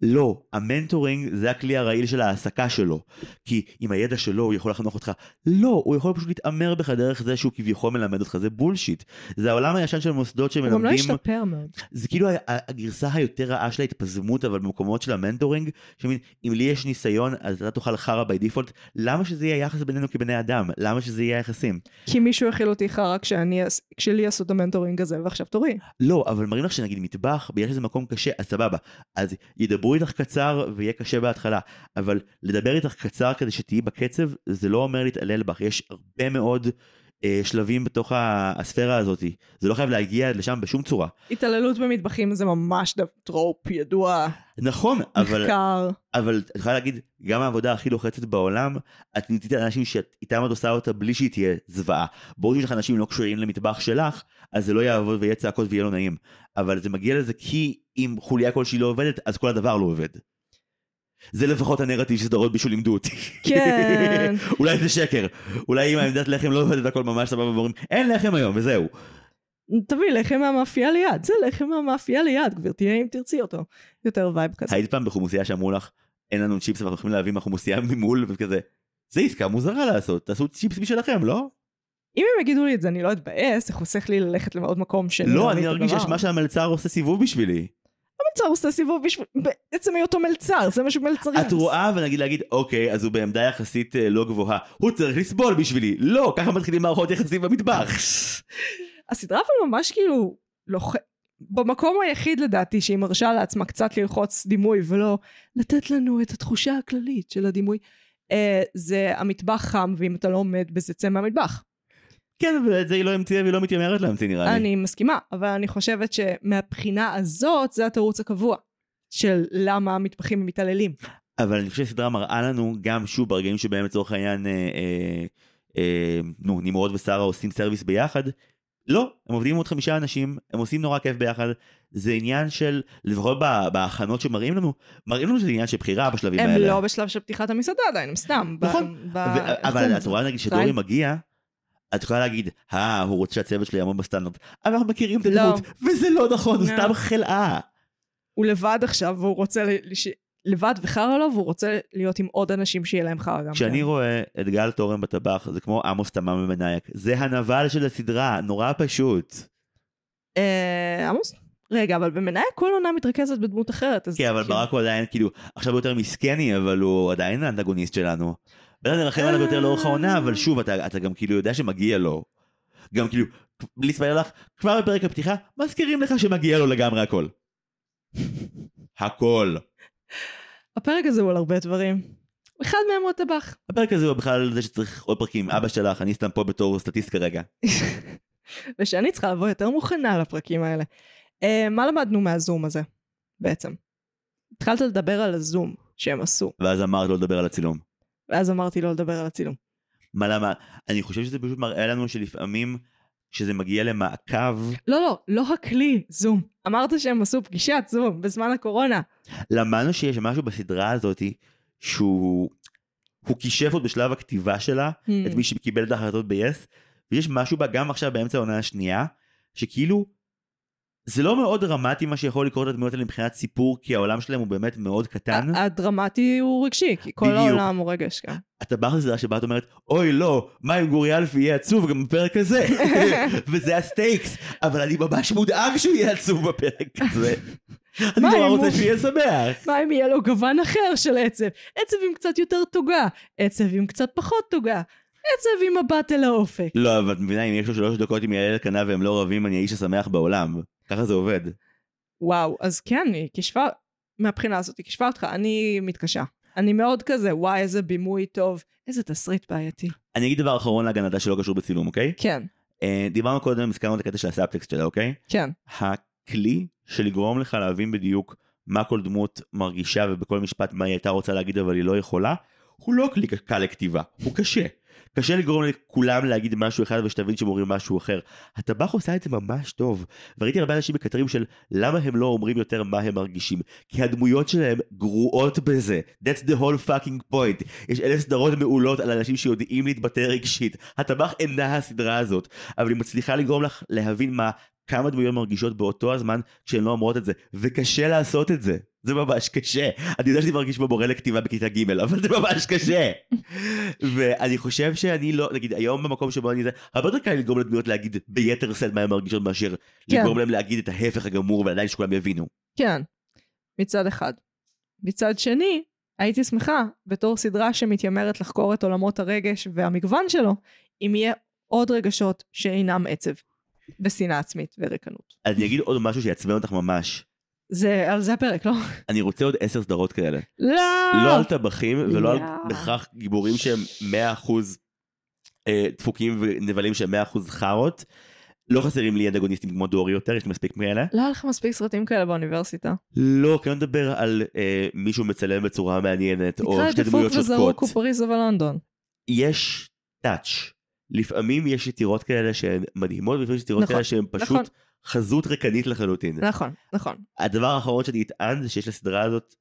לא, המנטורינג זה הכלי הרעיל של ההעסקה שלו. כי עם הידע שלו הוא יכול לחנוך אותך. לא, הוא יכול פשוט להתעמר בך דרך זה שהוא כביכול מלמד אותך, זה בולשיט. זה העולם הישן של מוסדות הוא גם לא שמלמדים... השתפר מאוד. זה כאילו ה- ה- הגרסה היותר רעה של ההתפזמות, אבל במקומות של המנטורינג, שמין, אם לי יש ניסיון, אז אתה תאכל חרא by default, למה שזה יהיה היחס בינינו כבני אדם? למה שזה יהיה היחסים? כי מישהו הכיל אותי חרא כשאני, כשלי עשו את המנטורינג הזה, ועכשיו תורי. לא, אבל מראים לך שנגיד מטבח, בגלל שזה מקום קשה, אז סבבה. אז ידברו איתך קצר ויהיה קשה בהתחלה, אבל לדבר איתך קצר כדי שתהיי בקצב, זה לא אומר להתעלל בך. יש הרבה מאוד אה, שלבים בתוך ה- הספירה הזאת. זה לא חייב להגיע לשם בשום צורה. התעללות במטבחים זה ממש דו- טרופ ידוע, נכון, אבל... נחקר. אבל את יכולה להגיד, גם העבודה הכי לוחצת בעולם, את נמצאת אנשים שאיתם את עושה אותה בלי שהיא תהיה זוועה. ברור שיש לך אנשים לא קשורים למטבח שלך, אז זה לא יעבוד ויהיה צעקות ויהיה לא נעים. אבל זה מגיע לזה כי אם חוליה כלשהי לא עובדת, אז כל הדבר לא עובד. זה לפחות הנרטיב שסדרות בישול לימדו אותי. כן. אולי זה שקר. אולי אם העמדת לחם לא עובדת הכל ממש סבבה ואומרים, אין לחם היום וזהו. תביא לחם מהמאפייה ליד, זה לחם מהמאפייה ליד, גברתי, אם תרצי אותו. יותר וייב כזה. היית פעם בחומוסייה שאמרו לך, אין לנו צ'יפס ואנחנו יכולים להביא מהחומוסייה ממול וכזה. זה עסקה מוזרה לעשות, תעשו צ'יפס משלכם, לא? אם הם יגידו לי את זה, אני לא אתבאס, זה חוסך לי ללכת לעוד מקום של... לא, אני ארגיש אשמה שהמלצר עושה סיבוב בשבילי. המלצר עושה סיבוב בשביל... בעצם היותו מלצר, זה מה שמלצרים. את רואה ונגיד להגיד, אוקיי, אז הוא בעמדה יחסית אה, לא גבוהה. הוא צריך לסבול בשבילי. לא, ככה מתחילים מערכות יחסים במטבח. הסדרה אבל ממש כאילו לוח... במקום היחיד לדעתי שהיא מרשה לעצמה קצת ללחוץ דימוי ולא לתת לנו את התחושה הכללית של הדימוי, אה, זה המטבח חם, ואם אתה לא עומד בזה צא מהמטבח. כן, אבל את זה היא לא המציאה והיא לא מתיימרת להמציא נראה לי. אני מסכימה, אבל אני חושבת שמבחינה הזאת זה התירוץ הקבוע של למה המטבחים מתעללים. אבל אני חושב שהסדרה מראה לנו גם שוב ברגעים שבהם לצורך העניין, אה, אה, אה, נו, נמרוד ושרה עושים סרוויס ביחד. לא, הם עובדים עם עוד חמישה אנשים, הם עושים נורא כיף ביחד. זה עניין של, לפחות ב- בהכנות שמראים לנו, מראים לנו שזה עניין של בחירה בשלבים הם האלה. לא בשלב של פתיחת המסעדה עדיין, הם סתם. ב- נכון, ב- ו- איך קוראים אבל את לזה? רואה נגיד שדורי טרייל? מגיע, את יכולה להגיד, אה, הוא רוצה שהצוות שלו יעמוד בסטנדרט, אבל אנחנו מכירים את לא. הדמות, וזה לא נכון, הוא לא. סתם חלאה. הוא לבד עכשיו, והוא רוצה... ל- לש... לבד וחרא לו, והוא רוצה להיות עם עוד אנשים שיהיה להם חרא גם. כשאני כן. רואה את גל תורן בטבח, זה כמו עמוס תמם במנאייק, זה הנבל של הסדרה, נורא פשוט. אה, עמוס? רגע, אבל במניה כל עונה מתרכזת בדמות אחרת, אז... כן, אבל ברק הוא עדיין, כאילו, עכשיו הוא יותר מסכני, אבל הוא עדיין האנטגוניסט שלנו. בטח נרחם עליו יותר לאורך העונה, אבל שוב, אתה אתה גם כאילו יודע שמגיע לו. גם כאילו, בלי לספר לך, כבר בפרק הפתיחה, מזכירים לך שמגיע לו לגמרי הכל. הכל. הפרק הזה הוא על הרבה דברים. אחד מהם הוא הטבח. הפרק הזה הוא בכלל זה שצריך עוד פרקים. אבא שלך, אני סתם פה בתור סטטיסט כרגע. ושאני צריכה לבוא יותר מוכנה לפרקים האלה. אה, מה למדנו מהזום הזה, בעצם? התחלת לדבר על הזום שהם עשו, ואז אמרת לא לדבר על הצילום. ואז אמרתי לא לדבר על הצילום. מה למה? אני חושב שזה פשוט מראה לנו שלפעמים, כשזה מגיע למעקב, לא, לא, לא הכלי, זום. אמרת שהם עשו פגישת זום בזמן הקורונה. למדנו שיש משהו בסדרה הזאת Hmm. שהוא... הוא כישף עוד בשלב הכתיבה שלה, את מי שקיבל את ההחלטות ב-yes, ויש משהו בה גם עכשיו באמצע העונה השנייה, שכאילו, זה לא מאוד דרמטי מה שיכול לקרות לדמויות האלה מבחינת סיפור, כי העולם שלהם הוא באמת מאוד קטן. ה- הדרמטי הוא רגשי, כי כל בדיוק. העולם הוא רגש כן. גם. אתה בא לסדרה שבה את אומרת, אוי לא, מה אם גורי אלפי יהיה עצוב גם בפרק הזה? וזה הסטייקס, אבל אני ממש מודאג שהוא יהיה עצוב בפרק הזה. אני מה נורא אם הוא- רוצה שהוא יהיה שמח. מה אם יהיה לו גוון אחר של עצב? עצב עם קצת יותר תוגה, עצב עם קצת פחות תוגה, עצב עם מבט אל האופק. לא, אבל את מבינה, אם יש לו שלוש דקות עם יעל אלקנה והם לא רבים, אני האיש השמח בעולם. ככה זה עובד. וואו, אז כן, היא כשפה, מהבחינה הזאת, היא כשפה אותך, אני מתקשה. אני מאוד כזה, וואי, איזה בימוי טוב, איזה תסריט בעייתי. אני אגיד דבר אחרון להגנתה שלא קשור בצילום, אוקיי? כן, אה, דיברנו קודם, הזכרנו את הקטע של הסאבטקסט שלה, אוקיי? כן. הכלי של לגרום לך להבין בדיוק מה כל דמות מרגישה ובכל משפט מה היא הייתה רוצה להגיד אבל היא לא יכולה, הוא לא כלי קל לכתיבה, הוא קשה. קשה לגרום לכולם להגיד משהו אחד ושתבין שהם אומרים משהו אחר. הטבח עושה את זה ממש טוב, וראיתי הרבה אנשים מקטרים של למה הם לא אומרים יותר מה הם מרגישים, כי הדמויות שלהם גרועות בזה. That's the whole fucking point. יש אלף סדרות מעולות על אנשים שיודעים להתבטא רגשית. הטבח אינה הסדרה הזאת, אבל היא מצליחה לגרום לך להבין מה כמה דמויות מרגישות באותו הזמן כשהן לא אומרות את זה, וקשה לעשות את זה. זה ממש קשה. אני יודע שאני מרגיש כמו מורה לכתיבה בכיתה ג', אבל זה ממש קשה. ואני חושב שאני לא, נגיד היום במקום שבו אני זה, הרבה יותר קל לגרום לדמויות להגיד ביתר שאת מה הן מרגישות מאשר כן. לגרום להם להגיד את ההפך הגמור ועדיין שכולם יבינו. כן, מצד אחד. מצד שני, הייתי שמחה, בתור סדרה שמתיימרת לחקור את עולמות הרגש והמגוון שלו, אם יהיה עוד רגשות שאינם עצב, ושנאה עצמית וריקנות. אז אני אגיד עוד משהו שיעצבן אותך ממש. זה, על זה הפרק, לא? אני רוצה עוד עשר סדרות כאלה. לא! לא על טבחים ולא על יאה. בהכרח גיבורים שהם 100% אה, דפוקים ונבלים שהם 100% חארות. לא חסרים לי אנטגוניסטים כמו דורי יותר, יש לי מספיק מאלה. לא היה לך מספיק סרטים כאלה באוניברסיטה. לא, כי אני לא מדבר על אה, מישהו מצלם בצורה מעניינת, או נקרא שתי דמויות דפוק וזרוק שותקות. הוא פריז ולונדון. יש טאץ'. לפעמים יש יצירות כאלה שהן מדהימות, ולפעמים יש יצירות נכון, כאלה שהן פשוט נכון. חזות ריקנית לחלוטין. נכון, נכון. הדבר האחרון שאני אטען זה שיש לסדרה הזאת,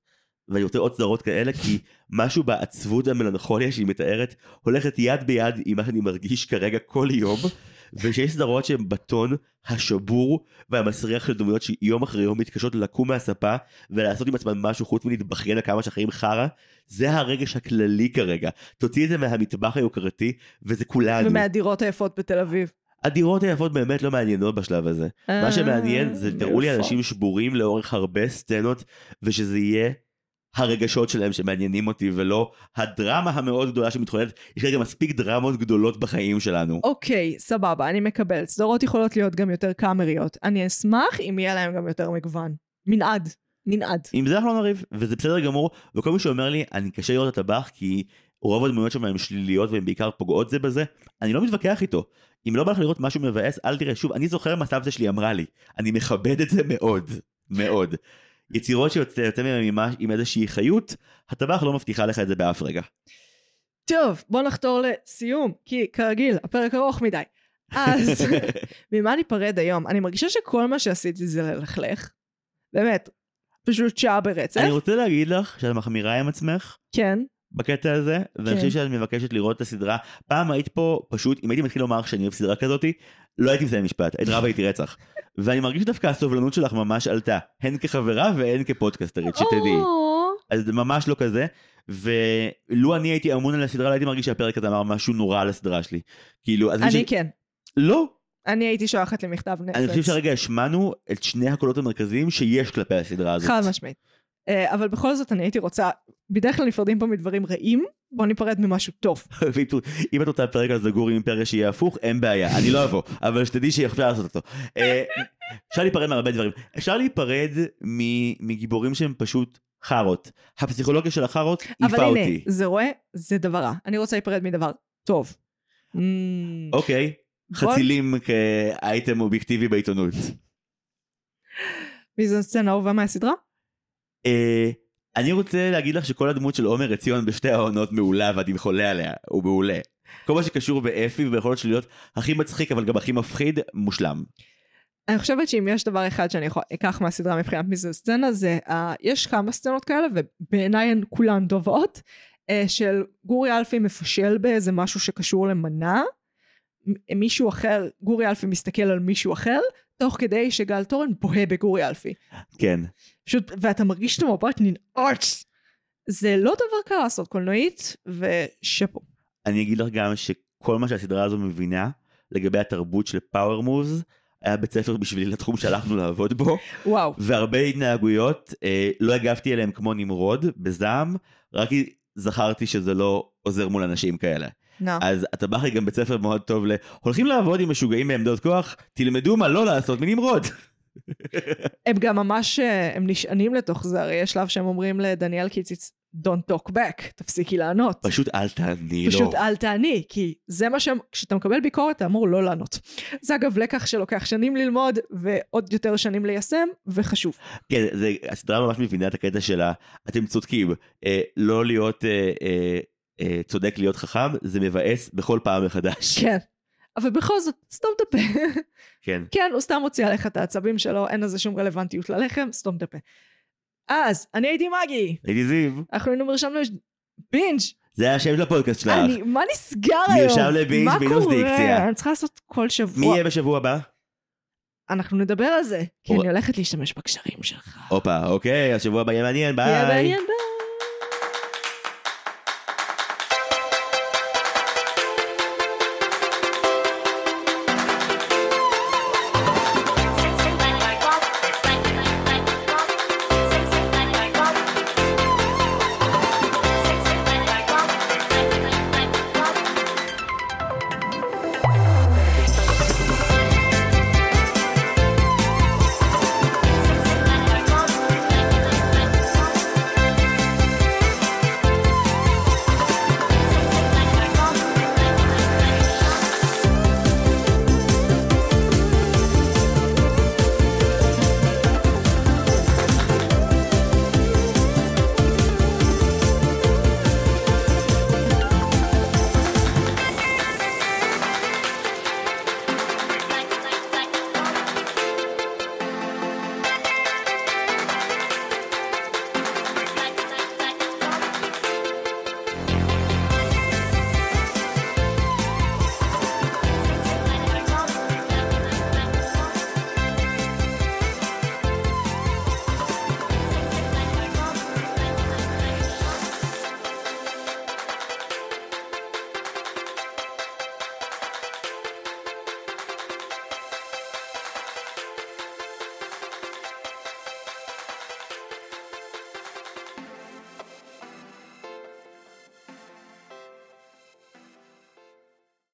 ואני רוצה עוד סדרות כאלה, כי משהו בעצבות המלנכוליה שהיא מתארת, הולכת יד ביד עם מה שאני מרגיש כרגע כל יום, ושיש סדרות שהן בטון השבור והמסריח של דמויות שיום אחרי יום מתקשות לקום מהספה ולעשות עם עצמן משהו חוץ מלהתבכיין על כמה שהחיים חרא, זה הרגש הכללי כרגע. תוציא את זה מהמטבח היוקרתי, וזה כולנו. ומהדירות היפות בתל אביב. הדירות היפות באמת לא מעניינות בשלב הזה. אה, מה שמעניין זה תראו לי יופו. אנשים שבורים לאורך הרבה סצנות ושזה יהיה הרגשות שלהם שמעניינים אותי ולא הדרמה המאוד גדולה שמתחוללת יש כרגע מספיק דרמות גדולות בחיים שלנו. אוקיי, סבבה, אני מקבלת. סדרות יכולות להיות גם יותר קאמריות. אני אשמח אם יהיה להם גם יותר מגוון. מנעד. מנעד. עם זה אנחנו לא נריב וזה בסדר גמור וכל מי שאומר לי אני קשה לראות את הטבח כי רוב הדמויות שם הן שליליות והן בעיקר פוגעות זה בזה אני לא מתווכח איתו. אם לא בא לך לראות משהו מבאס אל תראה שוב אני זוכר מה סבתא שלי אמרה לי אני מכבד את זה מאוד מאוד. יצירות שיוצא יוצא מהן עם, מה- עם איזושהי חיות הטבח לא מבטיחה לך את זה באף רגע. טוב, בוא נחתור לסיום, כי כרגיל, הפרק ארוך מדי. אז ממה ניפרד היום? אני מרגישה שכל מה שעשיתי זה ללכלך. באמת, פשוט שעה ברצף. אני רוצה להגיד לך שאת מחמירה עם עצמך כן. בקטע הזה, ואני כן. חושב שאת מבקשת לראות את הסדרה. פעם היית פה פשוט, אם הייתי מתחיל לומר לך שאני אוהב סדרה כזאתי, לא הייתי מסיים משפט, היית רבה הייתי רצח. ואני מרגיש שדווקא הסובלנות שלך ממש עלתה, הן כחברה והן כפודקסטרית, שתדעי. או, אז זה ממש לא כזה, ולו אני הייתי אמון על הסדרה, לא הייתי מרגיש שהפרק הזה אמר משהו נורא על הסדרה שלי. כאילו, אז מי אני ש- כן. לא, אני הייתי שולחת למכתב נפץ. אני חושב שהרגע השמענו את שני הקולות המרכזיים שיש כלפי הסדרה הזאת. חד משמעית. אה, אבל בכל זאת אני הייתי רוצה, בדרך כלל נפרדים פה מדברים רעים, בוא ניפרד ממשהו טוב. ואם ת- אם את רוצה פרק על זגורי עם פרק שיהיה הפוך, אין בעיה, אני לא אבוא, אבל שתדעי שאפשר לעשות אותו. אה, אפשר להיפרד מהרבה דברים. אפשר להיפרד מ- מגיבורים שהם פשוט חארות. הפסיכולוגיה של החארות אבל עיפה הנה, אותי. זה רואה, זה דבר רע. אני רוצה להיפרד מדבר טוב. Mm, אוקיי, בוא- חצילים כאייטם אובייקטיבי בעיתונות. מי זו הסצנה האהובה מהסדרה? אה, אני רוצה להגיד לך שכל הדמות של עומר עציון בשתי העונות מעולה ואני חולה עליה, הוא מעולה. כל מה שקשור באפי וביכולות שלי להיות הכי מצחיק אבל גם הכי מפחיד, מושלם. אני חושבת שאם יש דבר אחד שאני יכול, אקח מהסדרה מבחינת מי זו סצנה, זה, uh, יש כמה סצנות כאלה, ובעיניי הן כולן אה, טובות, uh, של גורי אלפי מפשל באיזה משהו שקשור למנה, מ- מישהו אחר, גורי אלפי מסתכל על מישהו אחר, תוך כדי שגל תורן בוהה בגורי אלפי. כן. פשוט, ואתה מרגיש את המבט ננעץ. זה לא דבר קל לעשות קולנועית, ושאפו. אני אגיד לך גם שכל מה שהסדרה הזו מבינה לגבי התרבות של פאוור מובס, היה בית ספר בשבילי לתחום שהלכנו לעבוד בו, וואו. והרבה התנהגויות, אה, לא הגבתי אליהם כמו נמרוד, בזעם, רק זכרתי שזה לא עוזר מול אנשים כאלה. נא. אז הטבח היא גם בית ספר מאוד טוב ל... הולכים לעבוד עם משוגעים בעמדות כוח, תלמדו מה לא לעשות מנמרוד. הם גם ממש, אה, הם נשענים לתוך זה, הרי יש שלב שהם אומרים לדניאל קיציץ, Don't talk back, תפסיקי לענות. פשוט לא. אל תעני לו. פשוט אל תעני, כי זה מה שהם, כשאתה מקבל ביקורת אתה אמור לא לענות. זה אגב לקח שלוקח שנים ללמוד ועוד יותר שנים ליישם, וחשוב. כן, זה, הסדרה ממש מבינה את הקטע שלה, אתם צודקים, אה, לא להיות אה, אה, אה, צודק להיות חכם, זה מבאס בכל פעם מחדש. כן. אבל בכל זאת, סתום את הפה. כן. כן, הוא סתם הוציא עליך את העצבים שלו, אין לזה שום רלוונטיות ללחם, סתום את הפה. אז, אני הייתי מגי, הייתי זיו, אנחנו היינו מרשם לש... בינג'. זה השם של הפודקאסט שלך. אני, מה נסגר היום? נרשם לבינג' מה מינוס קורה? דיקציה. אני צריכה לעשות כל מי שבוע. יהיה בשבוע הבא? אנחנו נדבר על זה, כי אור- אני הולכת להשתמש בקשרים שלך. הופה, אוקיי, השבוע הבא יהיה מעניין, ביי. יהיה מעניין,